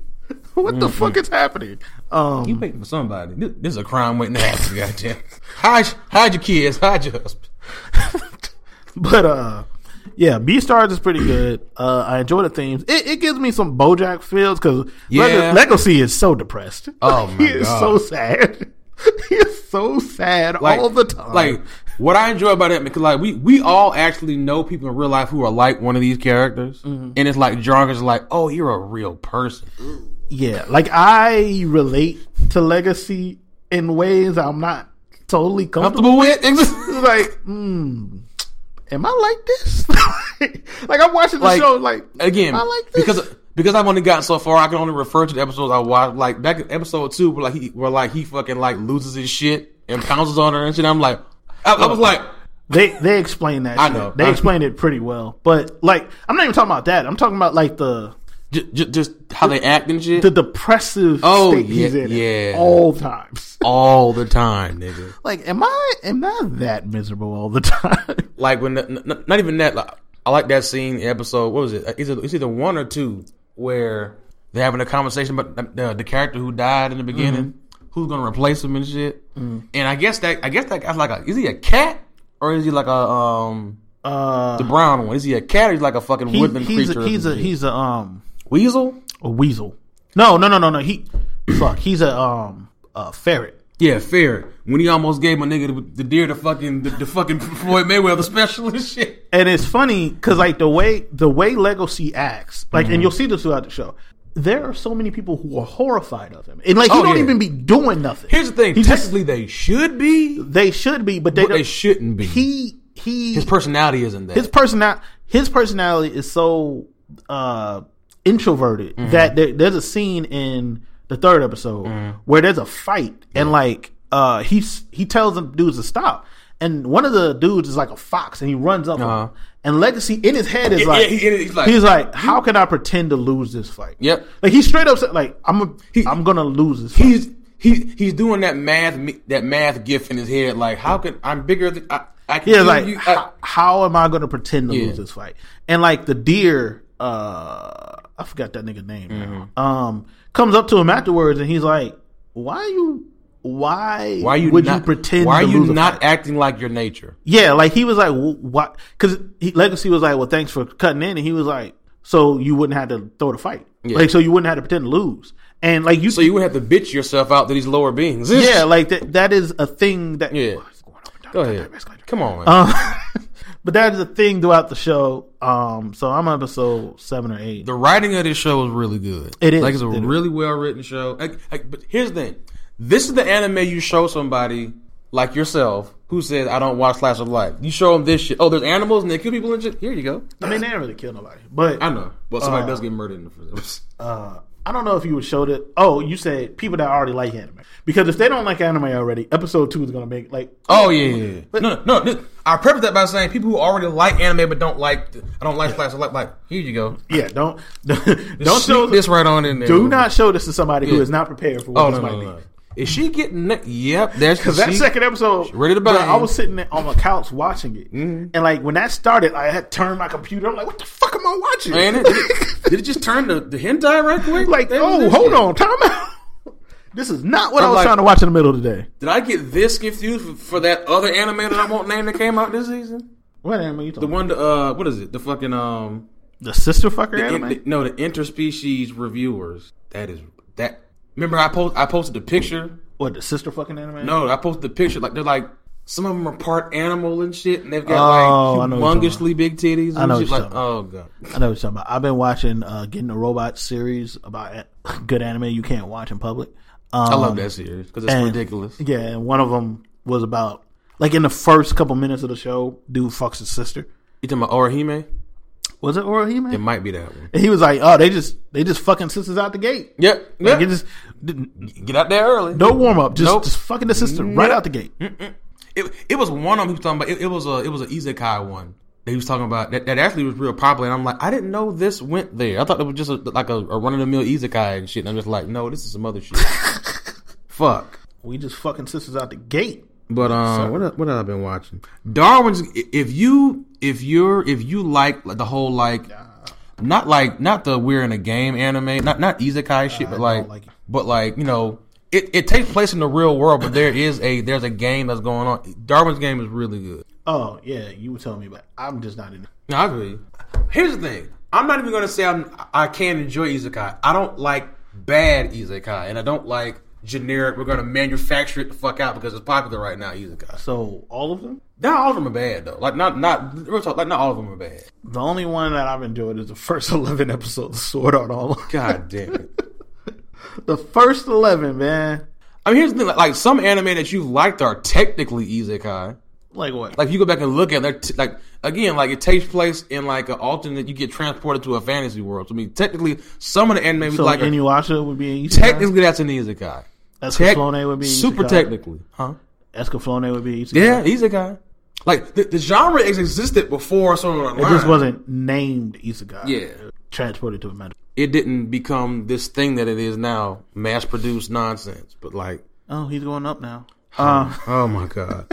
[LAUGHS] what the fuck is happening? Um,
You waiting for somebody. This, this is a crime waiting to happen, [LAUGHS] goddamn. Hide, hide your kids, hide your husband.
But uh yeah, B Stars is pretty good. Uh I enjoy the themes. It, it gives me some Bojack feels because
Yeah.
Legacy is so depressed.
Oh, my
[LAUGHS] he is
God.
so sad. [LAUGHS] he is so sad
Like-
all the time.
Like, What I enjoy about it, because like we we all actually know people in real life who are like one of these characters,
Mm-hmm.
and it's like Jargon is like, oh, you're a real person.
Yeah, like I relate to legacy in ways I'm not totally comfortable.
Comfortable with?
with. like, mm, am I like this? [LAUGHS] like I'm watching the
Like, eh,
show. Like
[LAUGHS] Again,
I like this.
because because I've only gotten so far, I can only refer to the episodes I watched. Like back in episode two, where like he where like he fucking like loses his shit and pounces on her and shit. I'm like, I,
Oh.
I was like,
they they explain that.
I
shit.
know.
they
I-
explain it pretty well. But like, I'm not even talking about that. I'm talking about like the
j- j- just how they act and shit
the depressive
Oh,
state
yeah,
he's in at
yeah.
all times. [LAUGHS]
all the time, nigga.
like, am I am I that miserable all the [LAUGHS] time?
like when the, n- n- not even that. Like, I like that scene in episode. What was it? It's either, it's either one or two where they're having a conversation about the, the, the character who died in the beginning,
Mm-hmm.
who's gonna replace him and shit. And I guess that I guess that guy's like a is he a cat or is he like a um
Uh,
the brown one? Is he a cat or is he like a fucking
he-
woodland
he's
creature?
a,
or
he's a
some shit?
he's a um
weasel.
a weasel. No, no, no, no, no. He fuck. He's a um a ferret.
Yeah, fair. When he almost gave my nigga the, the deer the fucking the, the fucking Floyd Mayweather [LAUGHS] special and shit.
And it's funny because like the way the way Legacy acts, like,
Mm-hmm.
and you'll see this throughout the show. There are so many people who are horrified of him, and like he
Oh,
don't
yeah.
even be doing nothing.
Here's the thing.
He just-
technically, they should be,
they should be, but they
but
don't.
they shouldn't be.
he he
his personality isn't that.
his personal his personality is so uh introverted
Mm-hmm.
that there, there's a scene in the third episode
Mm-hmm.
where there's a fight and like uh he's he tells the dudes to stop and one of the dudes is like a fox and he runs up on
Uh-huh.
him. and legacy in his head is
Yeah,
like
yeah, he- he's like-
he's like how can i pretend to lose this fight
Yep.
like he straight up said like i'm a,
He-
i'm gonna lose this fight.
he's he he's doing that math me- that math gif in his head. Like, how could I'm bigger than I? I can
Yeah,
do
like
you, I-
how, how am I going to pretend to
uh, Yeah.
lose this fight? And like the deer, uh, I forgot that nigga name. now,
Mm-hmm.
Um, comes up to him afterwards, and he's like, "Why you? Why?
why are you
would
not,
you pretend?
Why are
to
you
lose a
not
fight?
acting like your nature?
Yeah, like he was like, "Wh- "Why?" Because Legacy was like, "Well, thanks for cutting in," and he was like, "So you wouldn't have to throw the fight,
Yeah.
like so you wouldn't have to pretend to lose." And like you,
So you would have to bitch yourself out to these lower beings.
yeah, like that. That is a thing that.
Yeah.
What's going on?
go ahead. Come on, man.
Um, [LAUGHS] but that is a thing throughout the show. Um, so I'm on episode seven or eight.
the writing of this show is really good.
It is.
like it's a
It is.
really well written show. Like, like, but here's the thing: this is the anime you show somebody like yourself who says, "I don't watch slice of life." You show them this shit. Oh, there's animals and they kill people and shit. Here you go.
I mean, they didn't really kill nobody, but
I know, but somebody does get murdered in
[LAUGHS]
the first.
uh, I don't know if you would show that. Oh, you said people that already like anime because if they don't like anime already, episode two is gonna make like
Oh yeah, yeah, yeah. no, no, no. I preface that by saying people who already like anime but don't like, I don't like slice of life. Like here you go.
yeah, don't [LAUGHS] don't
Sneak
show
this right on in there.
Do not show this to somebody who
Yeah.
is not prepared for what
Oh
this
no,
might
no,
be.
no. Is she getting? Ne- yep,
[LAUGHS]
that's
Cause that second episode,
ready to
bro,
bang. Mm-hmm.
I was sitting there on my couch watching it, and like when that started, I had turned my computer. I'm like, "What the fuck am I watching?" [LAUGHS]
Man, it, did, it, did it just turn the, the hentai right quick?
like,
That was
oh,
this
hold
shit.
on, time out. [LAUGHS] This is not what i
I'm
was
like-
trying to watch in the middle of the day.
Did I get this confused for, for that other anime that I won't name that came out this season?
What anime you talking
The one, uh, what is it? The fucking um,
The sister fucker
in-
anime?
no, the interspecies reviewers. That is that. Remember, I post I posted the picture
what, the sister fucking anime?
No, I posted the picture. Like they're like some of them are part animal and shit, and they've got
Oh, I
like
know what you're
humongously big titties. And
I know
shit.
what
Like
you're
oh god,
I know what you're talking about. I've been watching uh, Getting a Robot series about a- [LAUGHS] good anime you can't watch in public. Um,
I love that series because it's
and-
ridiculous.
Yeah, and one of them was about, like in the first couple minutes of the show, dude fucks his sister.
You talking about Orihime?
Was it Orihime?
It might be that one.
and he was like, oh, they just they just fucking sisters out the gate.
Yep,
Like, it
yep.
just, didn't-
get out there early.
no warm up, just,
Nope.
just fucking the sister right out the gate.
It, it was one of them he was talking about. It, it was a it was an isekai one that he was talking about that, that actually was real popular. And I'm like, I didn't know this went there. I thought it was just a, like a, a run of the mill isekai and shit. And I'm just like, no, this is some
[LAUGHS]
other shit. Fuck.
We just fucking sisters out the gate.
But um, what have- what have I been watching? Darwin's. i- If you if you're if you like the whole like, not like not the we're in a game anime, not not isekai shit, but like,
like it.
but like you know, it, it takes place in the real world, but there is a there's a game that's going on. Darwin's game is really good.
Oh yeah, you were telling me, but I'm just not in. it.
No, I agree. Here's the thing. I'm not even gonna say I'm, I can't enjoy isekai. I don't like bad isekai, and I don't like generic. We're gonna manufacture it the fuck out because it's popular right now. Using cops.
So all of them.
Not all of them are bad though. Like not not real talk, like not all of them are bad.
The only one that I've enjoyed is the first [LAUGHS] eleven episodes of Sword Art Online. [LAUGHS]
God damn it.
The first eleven, man.
I mean, here's the thing: like, like, some anime that you've liked are technically isekai.
Like what?
Like if you go back and look at, it, they're t- like again, like it takes place in like an alternate. You get transported to a fantasy world. So, I mean, technically, some of the anime we
so
like,
like
are-
Inuyasha would be an isekai?
technically that's an isekai. Tech-
Escaflowne would be an
super
isekai?
technically, huh?
Escaflowne would be an isekai.
Yeah, isekai. Like the, the genre ex- existed before Sword Art
It
Online.
just wasn't named isekai.
Yeah.
Transported to a magic.
It didn't become this thing that it is now, mass produced nonsense. But like,
Oh, he's going up now. Uh,
oh my god,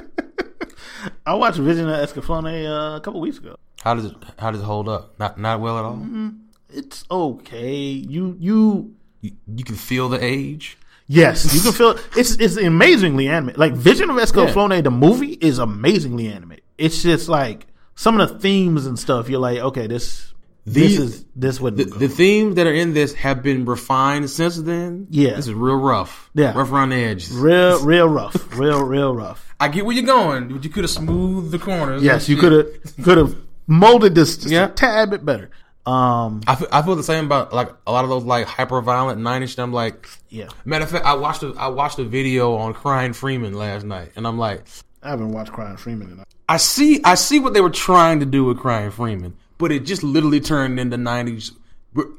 I watched Vision of Escaflowne uh, a couple weeks ago.
how does it how does it hold up? Not not well at all.
Mm-hmm. It's okay. You you
You, you can feel the age.
yes, [LAUGHS] you can feel it's it's amazingly animated. Like Vision of Escaflowne, the movie is amazingly animated. It's just like some of the themes and stuff. You're like, okay, this this
These-
is this would
The, the themes that are in this have been refined since then.
Yeah.
this is real rough.
Yeah.
rough around the edges.
real real rough, real real rough.
I get where you're going, but you could have smoothed the
[LAUGHS]
corners.
Yes, you could have could have molded this just
Yeah.
a tad bit better. Um,
I feel, I feel the same about like a lot of those like hyper violent '90s. shit. I'm like,
yeah,
matter of fact, I watched a, I watched a video on Crying Freeman last night, and I'm like,
I haven't watched Crying Freeman tonight.
I see I see what they were trying to do with Crying Freeman, but it just literally turned into '90s.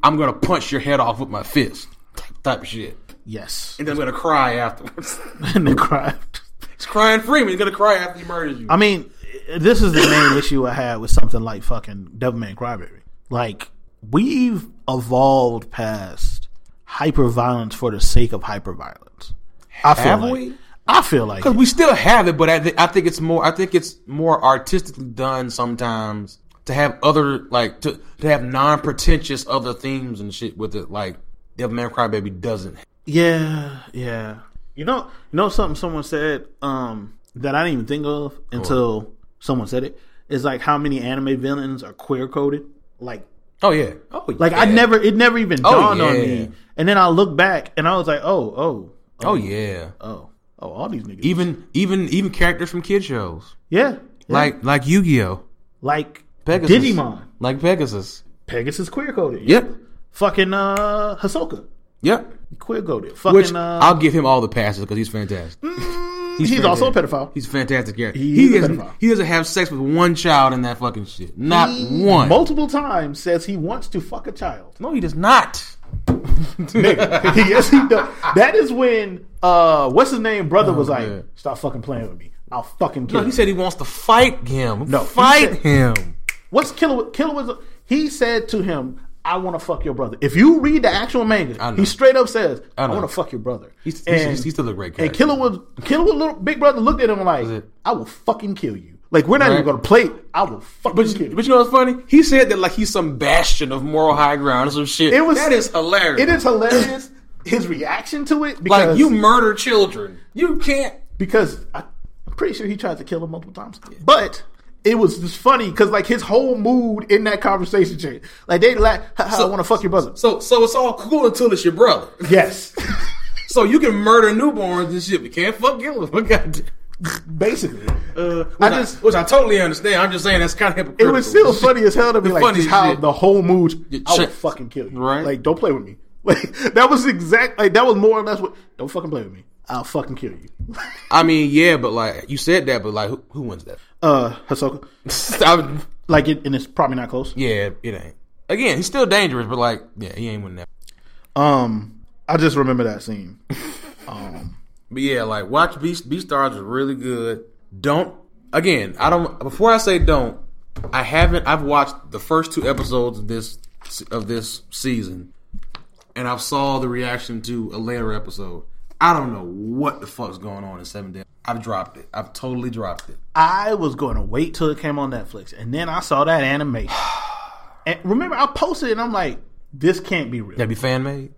I'm gonna punch your head off with my fist type of shit,
Yes, [LAUGHS]
and then I'm gonna cry afterwards. [LAUGHS]
and then cry.
It's Crying Freeman. He's gonna cry after he murders you.
I mean, this is the main issue I had with something like fucking Devilman Crybaby. Like we've evolved past hyperviolence for the sake of hyperviolence. I feel
Have
like,
we?
I feel like
But we still have it, but I, th- I think it's more. I think it's more artistically done sometimes to have other like to to have non pretentious other themes and shit with it. Like Devilman Crybaby doesn't.
Yeah, yeah. You know, you know something someone said um that I didn't even think of until someone said it is like how many anime villains are queer coded. Like,
Oh yeah. Oh yeah.
like I never, it never even
Oh,
dawned on
yeah.
me. And then I look back and I was like, oh, oh, oh,
Oh yeah.
oh, oh, all these niggas.
Even even even characters from kid shows
yeah, yeah.
like like Yu Gi Oh,
like
Pegasus.
Digimon,
like Pegasus.
Pegasus queer coded.
Yep.
Fucking uh, Hasoka
Yep.
queer coded. Fucking
Which
uh,
I'll give him all the passes because he's fantastic.
he's, also a pedophile.
He's a fantastic character.
He's
He
a
doesn't,
pedophile.
he doesn't have sex with one child in that fucking shit. Not
He
one.
multiple times says he wants to fuck a child. [LAUGHS]
no, he does not.
Nigga. [LAUGHS] yes, he does. That is when uh, what's his name brother was like,
man.
"Stop fucking playing with me. I'll fucking kill
Oh, No, he
you."
said he wants to fight him.
No, he
fight
said-
him.
what's killer? Killer was. He said to him, "I want to fuck your brother." If you read the actual manga,
know.
he straight up says, "I,
know.
want to fuck your brother."
He's, he's, he's still a great
and
character.
Killer was Killer was little big brother looked at him like,
it?
"I will fucking kill you." Like we're not
Right.
even gonna play. I will fucking
But,
kill you.
but you know what's funny? He said that like he's some bastion of moral high ground or some shit.
It was-
that is hilarious.
it is hilarious. His reaction to it because
like you murder children. You can't.
because I, I'm pretty sure he tried to kill him multiple times. But it was just funny because like his whole mood in that conversation changed. Like they like, I want to fuck your brother.
So so it's all cool until it's your brother. [LAUGHS]
Yes, [LAUGHS]
so you can murder newborns and shit, but can't fuck killers. [LAUGHS] Goddamn.
basically.
Uh, which
I
I
just-
which I totally understand. I'm just saying that's kind of hypocritical.
It was still funny as hell to be like
funny
just how
shit.
the whole mood.
You
I will
check-
fucking kill you.
Right.
Like don't play with me. [LAUGHS] Like that was exact. Like that was more or less what. Don't fucking play with me. I'll fucking kill you. [LAUGHS]
I mean, yeah, but like you said that, but like who, who wins that? [LAUGHS]
Uh, Hisoka.
I would-
Like it, and it's probably not close.
yeah, it ain't. Again, he's still dangerous, but like, yeah, he ain't winning that.
Um, I just remember that scene.
But yeah, like watch Beast Beastars is really good. Don't again, I don't before I say don't, I haven't I've watched the first two episodes of this of this season and I've saw the reaction to a later episode. I don't know what the fuck's going on in 7 days. I've dropped it. I've totally dropped it.
I was going to wait till it came on Netflix, and then I saw that animation. [SIGHS] And remember, I posted it, and I'm like, "This can't be real.
That'd be fan made.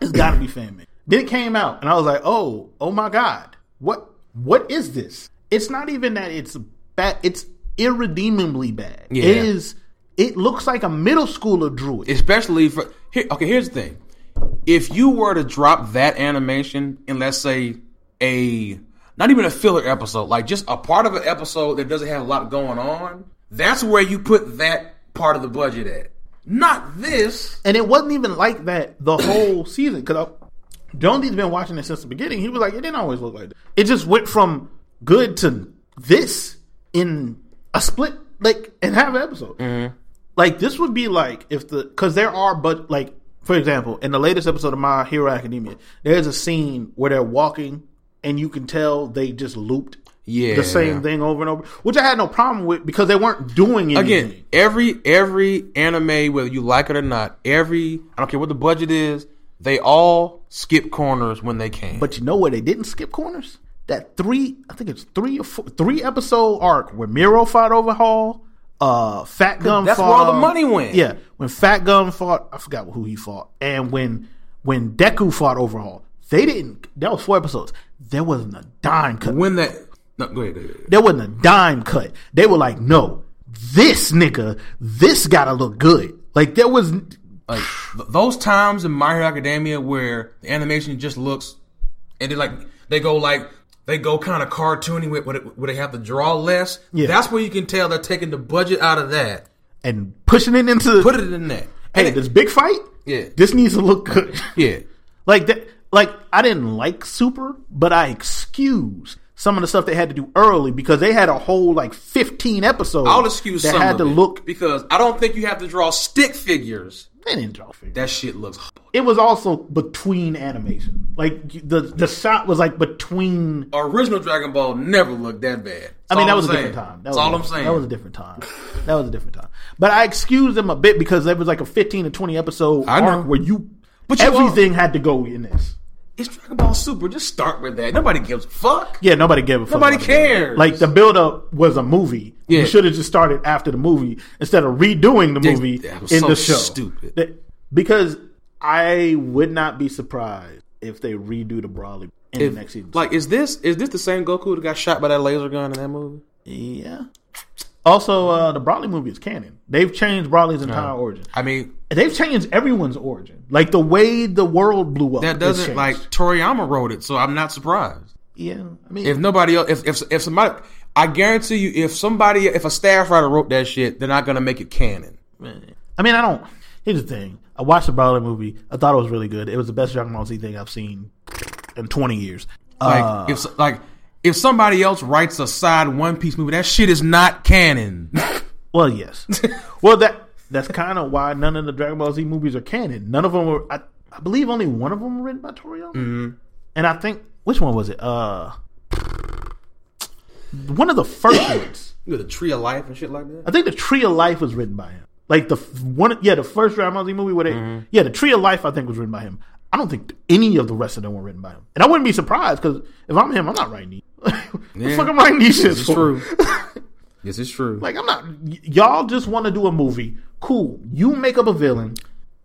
It's got to be fan made." Then it came out, and I was like, "Oh, oh my god, what? What is this? It's not even that it's bad. It's irredeemably bad.
Yeah.
It is. It looks like a middle schooler drew it.
Especially for here, okay, here's the thing. if you were to drop that animation in, let's say, a not even a filler episode, like just a part of an episode that doesn't have a lot going on, that's where you put that part of the budget at. Not this.
And it wasn't even like that the whole season. Because Jonesy's been watching it since the beginning. He was like, it didn't always look like that. It just went from good to this in a split, like, in half an episode.
Mm-hmm.
Like, this would be like if the. Because there are, but, like, for example, in the latest episode of My Hero Academia, there's a scene where they're walking and you can tell they just looped
Yeah.
the same thing over and over, which I had no problem with because they weren't doing anything.
Again, every every anime, whether you like it or not, every I don't care what the budget is, they all skip corners when they can.
But you know where they didn't skip corners? That three, I think it's three or four, three episode arc where Miro fought over Hall, uh, Fat Gum.
that's
fought,
where all the money went.
Yeah, when Fat Gum fought, I forgot who he fought, and when when Deku fought over Hall, they didn't. That was four episodes. There wasn't a dime cut.
when that no, go ahead, go ahead.
There wasn't a dime cut. They were like, no, this nigga, this gotta look good. Like there was,
Like th- those times in My Hero Academia where the animation just looks, and they like they go like they go kind of cartoony with with- where they have to draw less.
Yeah.
That's where you can tell they're taking the budget out of that,
and pushing it into.
put it in that.
hey,
And it-
this big fight.
Yeah.
this needs to look good. [LAUGHS]
yeah,
Like that, like I didn't like Super, but I excuse some of the stuff they had to do early because they had a whole like fifteen episodes.
I'll excuse
that
some
had
of
to
it,
look.
because I don't think you have to draw stick figures.
They didn't draw figures.
That shit looks.
It was also between animation. Like you- the the shot was like between.
Original Dragon Ball never looked that bad. That's
I mean,
all
that
I'm
was a
saying.
different time. That
That's
was,
all I'm saying.
That was a different time. That was a different time. But I excused them a bit because there was like a fifteen to twenty episode
I know.
arc where you,
But you
everything had to go in this.
it's Dragon Ball Super. Just start with that. Nobody gives a fuck.
Yeah, nobody gave a fuck.
Nobody
about the movie.
cares.
Like the build up was a movie.
Yeah.
You should have just started after the movie instead of redoing the movie
that
in
was so
the show.
stupid.
That- because I would not be surprised if they redo the Brawley in the next season.
Like, is this is this the same Goku that got shot by that laser gun in that movie?
yeah. Also, uh, the Brawley movie is canon. They've changed Brawley's entire origin.
I mean,
They've changed everyone's origin. Like the way the world blew up.
that
is
doesn't
changed.
like Toriyama wrote it, so I'm not surprised.
Yeah, I mean,
If nobody else, if if, if somebody, I guarantee you, if somebody, if a staff writer wrote that shit, they're not gonna make it canon.
I mean, I don't. Here's the thing. I watched the Brawler movie. I thought it was really good. It was the best Dragon Ball Z thing I've seen in 20 years.
Like,
Uh,
if like if somebody else writes a side One Piece movie, that shit is not canon.
well, yes. well, that that's kind of why none of the Dragon Ball Z movies are canon. None of them were. I, I believe only one of them were written by Toriyama. And I think which one was it? Uh, one of the first ones.
[LAUGHS] you know, the Tree of Life and shit like that.
I think the Tree of Life was written by him. Like the f- one, yeah, the first Dragon Ball Z movie where they,
Mm-hmm.
yeah, the Tree of Life I think was written by him. I don't think any of the rest of them were written by him, and I wouldn't be surprised because if I'm him, I'm not writing these. [LAUGHS] What the fuck, I'm writing these shits for?
[LAUGHS] yes, it's true.
Like I'm not. y- y'all just want to do a movie. Cool. You make up a villain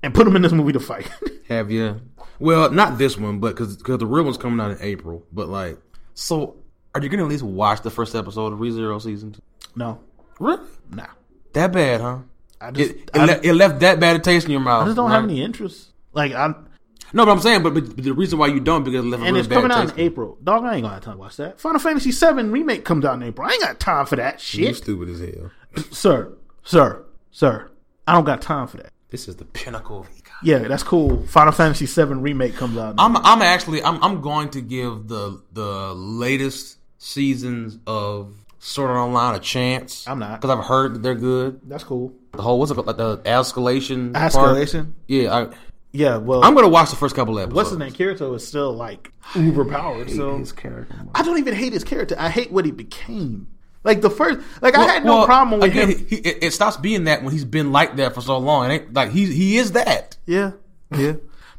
and put him in this movie to fight. [LAUGHS]
Have you? Well, not this one, but because the real one's coming out in April. But like, so are you gonna at least watch the first episode of ReZero season two?
no,
Really?
nah.
That bad, huh?
I just,
It, it,
I,
le- it left that bad a taste in your mouth.
I just don't
right?
have any interest. Like I'm,
No, but I'm saying, but, but the reason why you don't because it left a
and
really
it's
bad
coming out
taste.
in April. Dog, I ain't gonna have time to watch that. Final Fantasy VII remake comes out in April. I ain't got time for that shit.
You stupid as hell.
sir, sir, sir, I don't got time for that.
This is the pinnacle of econ.
Yeah, that's cool. Final Fantasy VII remake comes out.
I'm I'm actually I'm I'm going to give the the latest seasons of Sword Art Online a chance.
I'm not.
because I've heard that they're good.
that's cool.
The whole what's it called? Like the escalation. part?
Escalation.
Yeah, I,
Yeah, well,
I'm gonna watch the first couple episodes.
what's his name? Kirito is still like uber powered. So
character.
I don't even hate his character. I hate what he became. Like the first, like I had no
Well,
problem with
again,
him.
He, it, it stops being that when he's been like that for so long. It ain't, like he he is that.
Yeah, yeah.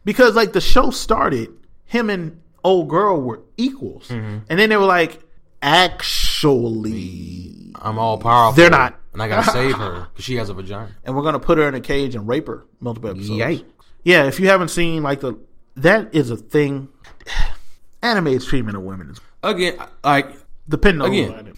Because like the show started, him and old girl were equals,
Mm-hmm.
and then they were like, actually,
I'm all powerful.
They're not.
and
[LAUGHS]
I gotta save her because she has a vagina.
and we're gonna put her in a cage and rape her multiple episodes.
Yikes.
Yeah, if you haven't seen like the that is a thing. [SIGHS] Anime's treatment of women is
Again, like
depending on
Again.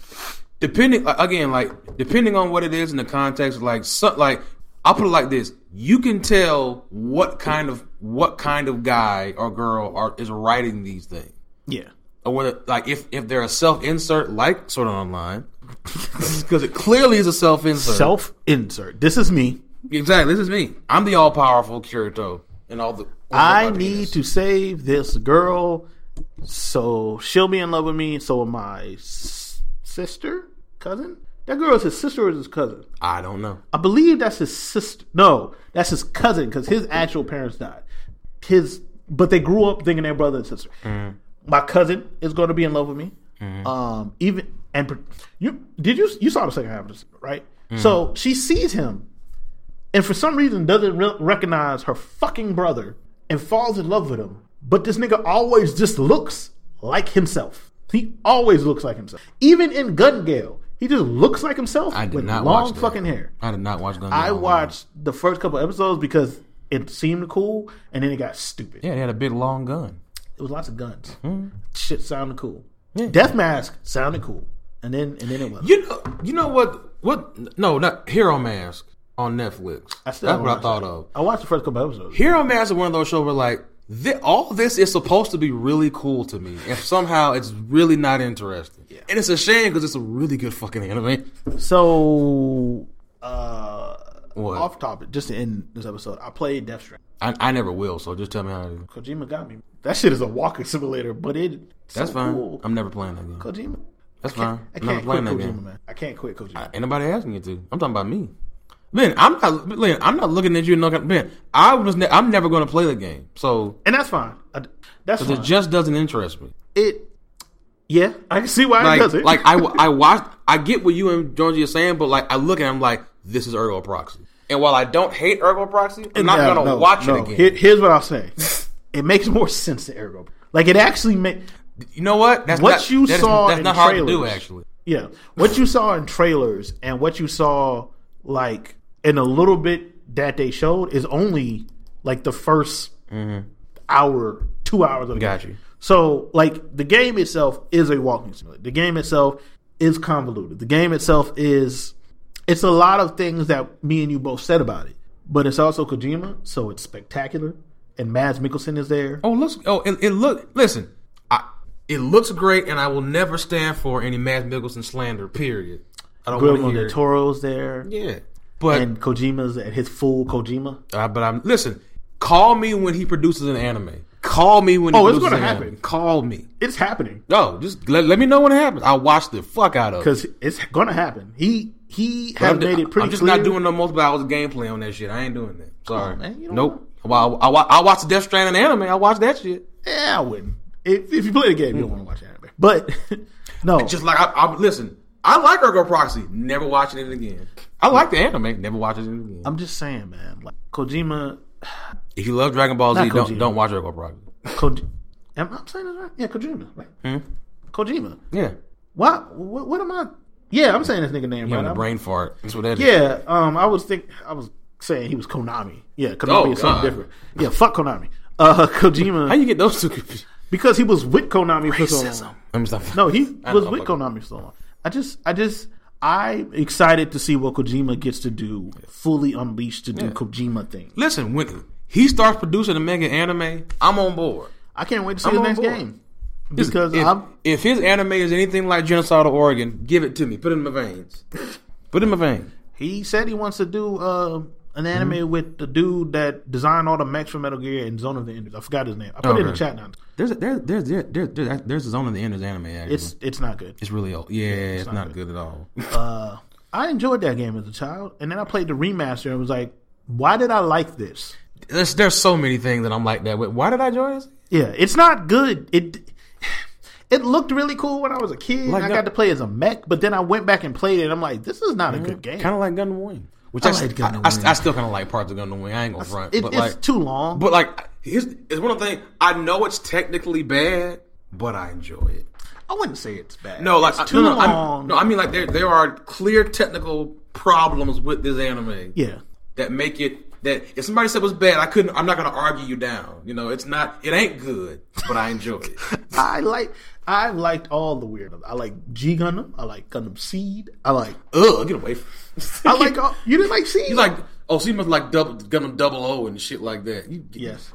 depending uh, again like depending on what it is in the context like so, like i'll put it like this you can tell what kind of what kind of guy or girl are, is writing these things.
Yeah.
Or whether, like, if, if they're a self insert, like sort of online, [LAUGHS] because it clearly is a self insert.
Self insert. This is me.
exactly. This is me. I'm the all powerful Kirito and all the.
I need to save this girl, so she'll be in love with me. So am I s- sister, cousin? That girl is his sister or his cousin?
I don't know.
I believe that's his sister. No, that's his cousin because his actual parents died. His, but they grew up thinking they're brother and sister.
Mm-hmm.
My cousin is going to be in love with me. Um, even and pr- you did you you saw the second half of this right?
Mm-hmm.
So she sees him, and for some reason doesn't re- recognize her fucking brother and falls in love with him. But this nigga always just looks like himself. He always looks like himself. Even in Gun Gale, he just looks like himself
I did
with
not
long
watch that.
fucking hair.
I did not watch Gun.
I
Gale.
watched the first couple episodes because it seemed cool, and then it got stupid.
Yeah, Mm-hmm. they had a big long gun.
It was lots of guns. Shit sounded cool. Death Mask sounded cool, and then and then it was.
You know, you know what? What? No, not Hero Mask on Netflix.
I still
That's
haven't
what I
watched
thought
it.
of.
I watched the first couple episodes.
Hero Mask is one of those shows where like thi- all this is supposed to be really cool to me, and somehow it's really not interesting. And it's a shame because it's a really good fucking anime.
So, uh,
What?
off topic, just to end this episode, I played Death Stranding.
I, I never will, so just tell me how to do.
Kojima got me. That shit is a walking simulator, but it
That's
so
fine.
cool.
I'm never playing that game.
Kojima.
That's
I can't,
fine.
I
I'm
can't
never
quit
playing that
Kojima,
game.
man. I can't quit Kojima.
Ain't nobody asking you to. I'm talking about me. Man, I'm not. Man, I'm not looking at you. And looking, man, I was. Ne- I'm never going to play the game. So
and that's fine. I, that's
it
fine.
just doesn't interest me.
it. Yeah, I can see why it
like,
does eh? it.
like I, I watched, I get what you and Georgie are saying, but like, I look at him like, this is Ergo Proxy. And while I don't hate Ergo Proxy, I'm not
No,
gonna
no,
watch
no.
it again.
Here- here's what I'll say. it makes more sense to Ergo. Like it actually make.
you know what? That's
What
not,
you
that is-
saw
that's
in
not hard to do,
trailers.
actually.
Yeah, what you saw in trailers and what you saw like in a little bit that they showed is only like the 1st
Mm-hmm.
hour, two hours of the
Got
game.
you.
So like the game itself is a walking simulator. The game itself is convoluted. The game itself is it's a lot of things that me and you both said about it. But it's also Kojima, so it's spectacular. And Mads Mikkelsen is there.
Oh, looks. Oh, it, it look. Listen, I, it looks great, and I will never stand for any Matt Mickelson slander. Period. I don't want
Guillermo
to hear.
del
it.
Toro's there.
yeah, but
And Kojima's at his full Kojima.
uh, but I'm listen. Call me when he produces an anime. Call me when. He
Oh, it's
produces
gonna
an
happen.
anime. Call me.
It's happening.
No, just let, let me know when it happens. I'll watch the fuck out of it.
because it's gonna happen. He he has
I'm ju-
made it pretty
I'm just
clear.
not doing no multiple hours of gameplay on that shit. I ain't doing that. Sorry.
on, man. You don't
nope. Well, I, I, wa- I watch Death Stranding anime. I watch that shit.
yeah, I wouldn't. If, if you play the game, you don't want to watch anime. But [LAUGHS] no,
Just like I, I listen. I like Ergo Proxy. Never watching it again. I like the anime. Never watching it again.
I'm just saying, man. Like Kojima,
if you love Dragon Ball Z,
Not
don't
Kojima.
don't watch Ergo Proxy.
Koji, am I saying this right? Yeah, Kojima. Right?
Hmm?
Kojima.
Yeah,
Why? What, what am I? Yeah, I'm saying this nigga name
having
right.
a
I'm-
brain fart. That's what that is.
Yeah, um, I was think I was saying he was Konami. Yeah, Konami
Oh,
is something
God.
different. Yeah, fuck Konami. Uh, [LAUGHS]
How
Kojima
you get those two confused?
because he was with Konami for so long.
I'm just
No, he was
know,
with
fuck it.
Konami so long. I just, I just, I'm excited to see what Kojima gets to do, fully unleashed to do Kojima thing.
Listen, when he starts producing a mega anime, I'm on board.
I can't wait to see
I'm
the
on
next
board.
game because
if,
I'm,
if his anime is anything like Genocide of Oregon, give it to me. Put it in my veins. Put it in my veins.
he said he wants to do uh, an anime with the dude that designed all the mechs from Metal Gear and Zone of the Enders. I forgot his name. I put it in the
Okay.
chat now.
There's a, there, there's there, there, there, there's a zone of the end of the anime. Actually.
It's it's not good.
it's really old. Yeah, it's, not, good. at all.
Uh, I enjoyed that game as a child, and then I played the remaster and was like, why did I like this?
there's there's so many things that I'm like that. With. Why did I join this?
Yeah, it's not good. It it looked really cool when I was a kid.
Like
I
that-
got to play as a mech, but then I went back and played it. and I'm like, this is not a good game.
Kind of like Gundam Wing, which
I
I,
like Gundam
I, I, st- I
Wing.
still kind of like parts of Gundam Wing. I ain't gonna front,
It-
but
it's
like,
too long.
but like, here's, it's one of the things. I know it's technically bad, but I enjoy it.
I wouldn't say it's bad.
No, like
It's
I-
too
no, no, I'm-
long.
no, I mean like there there are clear technical problems with this anime.
yeah,
that make it that if somebody said it was bad, I couldn't. I'm not gonna argue you down. You know, it's not. It ain't good, but I enjoy
[LAUGHS]
it.
I like. I've liked all the weird. I like G Gundam. I like Gundam Seed. I like.
Ugh, get away from. [LAUGHS]
I like. All, you didn't like Seed.
like Oh, so you must like double Gundam Double O and shit like that. You,
Yes.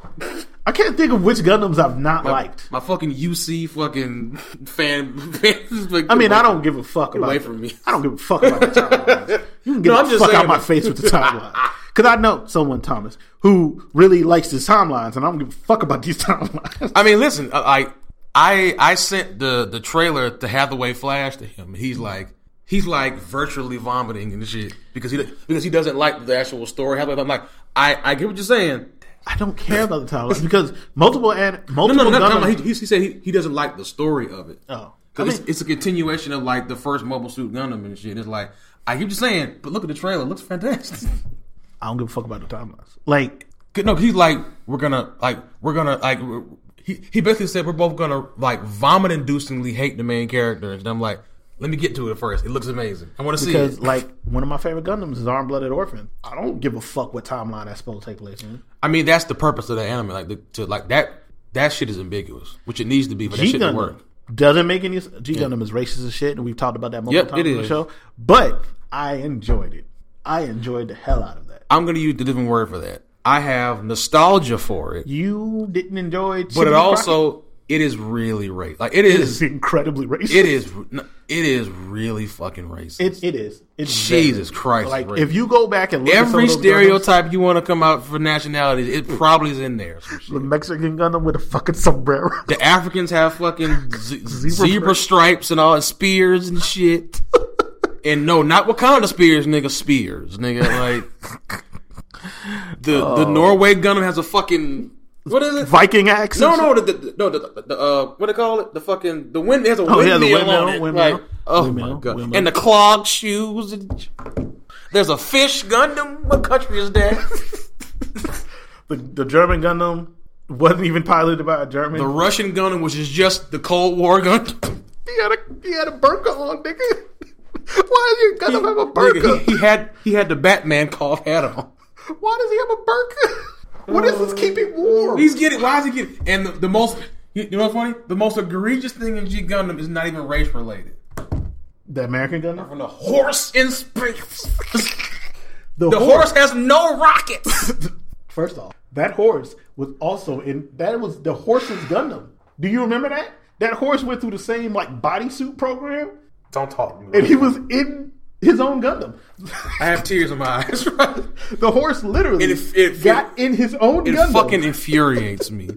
I can't think of which Gundams I've not liked.
My fucking UC fucking [LAUGHS] fan. fan like,
I mean, I don't give a fuck about
away
the-
from me.
I don't give a fuck about the
[LAUGHS]
timelines. You can get
No,
the
I'm just
fuck out
saying
my
that-
face with the timeline. Because I know someone, Thomas, who really likes his timelines, and I don't give a fuck about these [LAUGHS] timelines.
I mean, listen, uh, like I I sent the the trailer to Hathaway Flash to him. and He's like he's like virtually vomiting and shit because he because he doesn't like the actual story. Hathaway, I'm like I I get what you're saying.
I don't care about the timelines because multiple and multiple
No, no, no.
Gundam-
no he, he, he said he, he doesn't like the story of it.
Oh. I
'Cause
mean,
it's, it's a continuation of like the first Mobile Suit Gundam and shit. It's like I keep just saying, but look at the trailer; it looks fantastic. [LAUGHS]
I don't give a fuck about the timelines. Like,
'Cause, no, 'cause he's like, we're gonna like, we're gonna like, we're- he he basically said we're both gonna like vomit-inducingly hate the main characters, and I'm like, let me get to it first. It looks amazing. I want to see
because
it.
like one of my favorite Gundams is Arm Blooded Orphan. I don't give a fuck what timeline that's supposed to take place in.
I mean, that's the purpose of the anime, like the, to like that. That shit is ambiguous, which it needs to be for that
G
shit to
Gundam
work.
doesn't make any. G Gundam is racist as shit, and we've talked about that multiple
Yep,
times
it
on the
is.
show. But I enjoyed it. I enjoyed the hell out of that.
I'm gonna use the different word for that. I have nostalgia for it,
You didn't enjoy, [LAUGHS]
but it also it is really racist. Like it is
is incredibly racist.
It is. no, It is really fucking racist.
It, it is. It's very-
Jesus Christ!
Like
racist.
if you go back and look
every
at some of those Gundams,
stereotype you want to come out for nationalities, it probably is in there. Some shit.
the Mexican Gundam with a fucking sombrero.
The Africans have fucking z-
[LAUGHS] Zebra
zebra, stripes and all and spears and
[LAUGHS]
shit. and no, not Wakanda spears, nigga. Spears, nigga.
[LAUGHS]
Like the the Norway Gundam has a fucking what is
[LAUGHS]
it?
Oh. Viking axe.
No, no, the, the, no, the, the, the uh, what do they call it? The fucking the wind. It has a
yeah, the
windmill, on
windmill,
it.
windmill.
Like, oh
Windmill,
my god!
windmill.
And the clog shoes. And... There's a fish Gundam. What country is that?
[LAUGHS] The, the German Gundam wasn't even piloted by a German.
the Russian Gundam, which is just the Cold War Gundam.
he had a he had a burka on, nigga. [LAUGHS] Why does your Gundam have a burka?
Nigga, he, he had he had the Batman cough hat on.
Why does he have a burka? [LAUGHS] What is this keeping warm?
Uh, He's getting. Why is he getting? And the, the most. You know what's funny? The most egregious thing in G Gundam is not even race related.
the American Gundam.
From the horse in space.
The,
[LAUGHS] The horse has no rockets. [LAUGHS]
First off, that horse was also in. That was the horse's Gundam. Do you remember that? That horse went through the same like bodysuit program,
Don't talk to me.
and he was in his own Gundam.
I have tears in my eyes. [LAUGHS] Right?
the horse literally
It- it- it-
got in his own
It
Gundam.
fucking infuriates me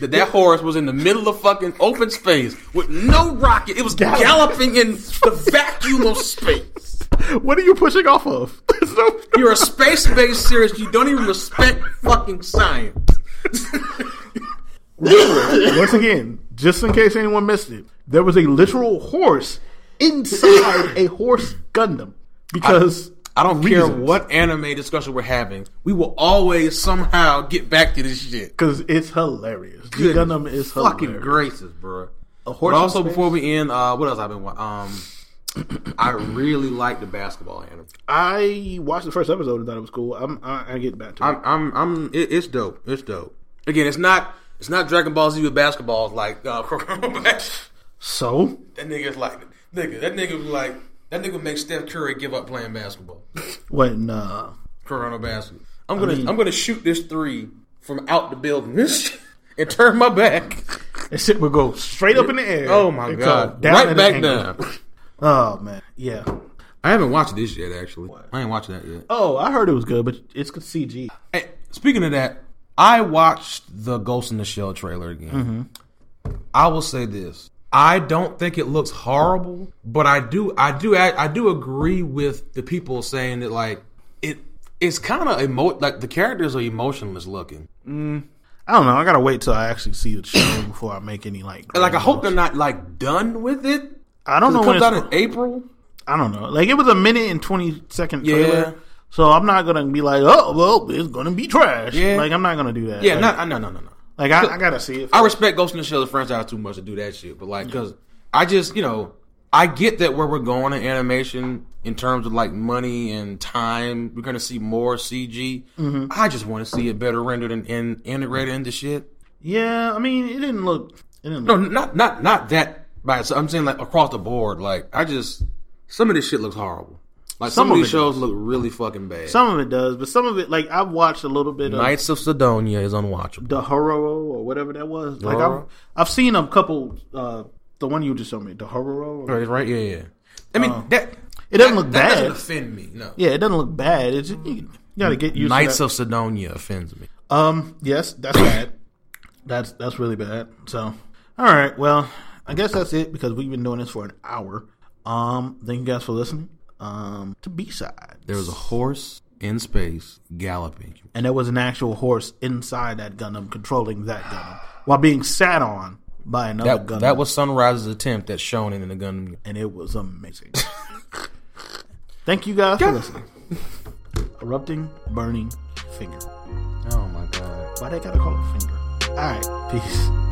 that that horse was in the middle of fucking open space with no rocket. It was
Gallop.
galloping in the vacuum of space.
[LAUGHS] what are you pushing off of? [LAUGHS] There's no-
You're a space-based series. You don't even respect fucking science. [LAUGHS]
Once again, just in case anyone missed it, there was a literal horse inside a horse Gundam because
I don't care
Reasons.
what anime discussion we're having. We will always somehow get back to this shit.
because it's hilarious. The
Goodness
Gundam is
Fucking
hilarious.
gracious, bro.
horse
But also,
in space?
before we end, uh, what else I've been watching? Um, [COUGHS] I really like the basketball anime.
I watched the first episode and thought it was cool. I'm I, I get back to it.
I'm, I'm, I'm. It, it's dope. It's dope. Again, it's not, it's not Dragon Ball Z with basketballs. Like uh, [LAUGHS] that
so
nigga's like, nigga, that nigga was like, that nigga make Steph Curry give up playing basketball. [LAUGHS]
when uh,
Corona basket. I'm gonna, I am gonna shoot this three from out the building [LAUGHS] and turn my back.
that shit would go straight up in the air.
Oh my
and come
god,
down at
right
an
back
angle.
down.
Oh man, yeah.
I haven't watched this yet. Actually, I ain't watched that yet.
Oh, I heard it was good, but it's good CG.
Hey, speaking of that, I watched the Ghost in the Shell trailer again. Mm-hmm. I will say this: I don't think it looks horrible, but I do, I do, I, I do agree with the people saying that like it, it's kind of emo- like the characters are emotionless looking.
I don't know. I gotta wait till I actually see the show before I make any like.
And, like I hope they're not like done with it.
I don't know
It
when
comes
it's
out in April.
I don't know. Like it was a minute and twenty second trailer.
Yeah.
So I'm not gonna be like, oh well, it's gonna be trash.
Yeah.
Like I'm not gonna do that.
Yeah,
like,
not, I- no, no, no, no.
like I, I gotta see it.
I respect Ghost in the Shell the franchise too much to do that shit, but like, cause I just you know I get that where we're going in animation in terms of like money and time, we're gonna see more CG.
Mm-hmm.
I just want to see it better rendered and, and integrated into shit.
yeah, I mean, it didn't look. It didn't.
No,
look,
not not not that by itself. I'm saying like across the board. Like I just some of this shit looks horrible. Like some,
Some
of
of
these
it
shows look really fucking bad.
Some of it does, but some of it, like I've watched a little bit of
Knights of Sidonia is unwatchable.
the Hororo or whatever that was. Like I've
Dororo?
I've seen a couple. Uh, the one you just showed me, the Hororo.
Right, right, yeah, yeah. I mean that
Uh-huh. It doesn't
that-
look
that doesn't
bad.
offend me. No,
Yeah, it doesn't look bad. It's you, you gotta get used
Knights
to
of Sidonia offends me.
that. Um, yes, that's bad. That's that's really bad. So, all right. Well, I guess that's it because we've been doing this for an hour. Um, thank you guys for listening. Um, to B side,
There was a horse in space galloping.
and there was an actual horse inside that Gundam controlling that Gundam while being sat on by another
That,
Gundam,
that was Sunrise's attempt at Shonen in the Gundam.
and it was amazing. thank you guys for listening. Erupting, burning finger.
Oh my god.
Why they gotta call it finger? All right, peace.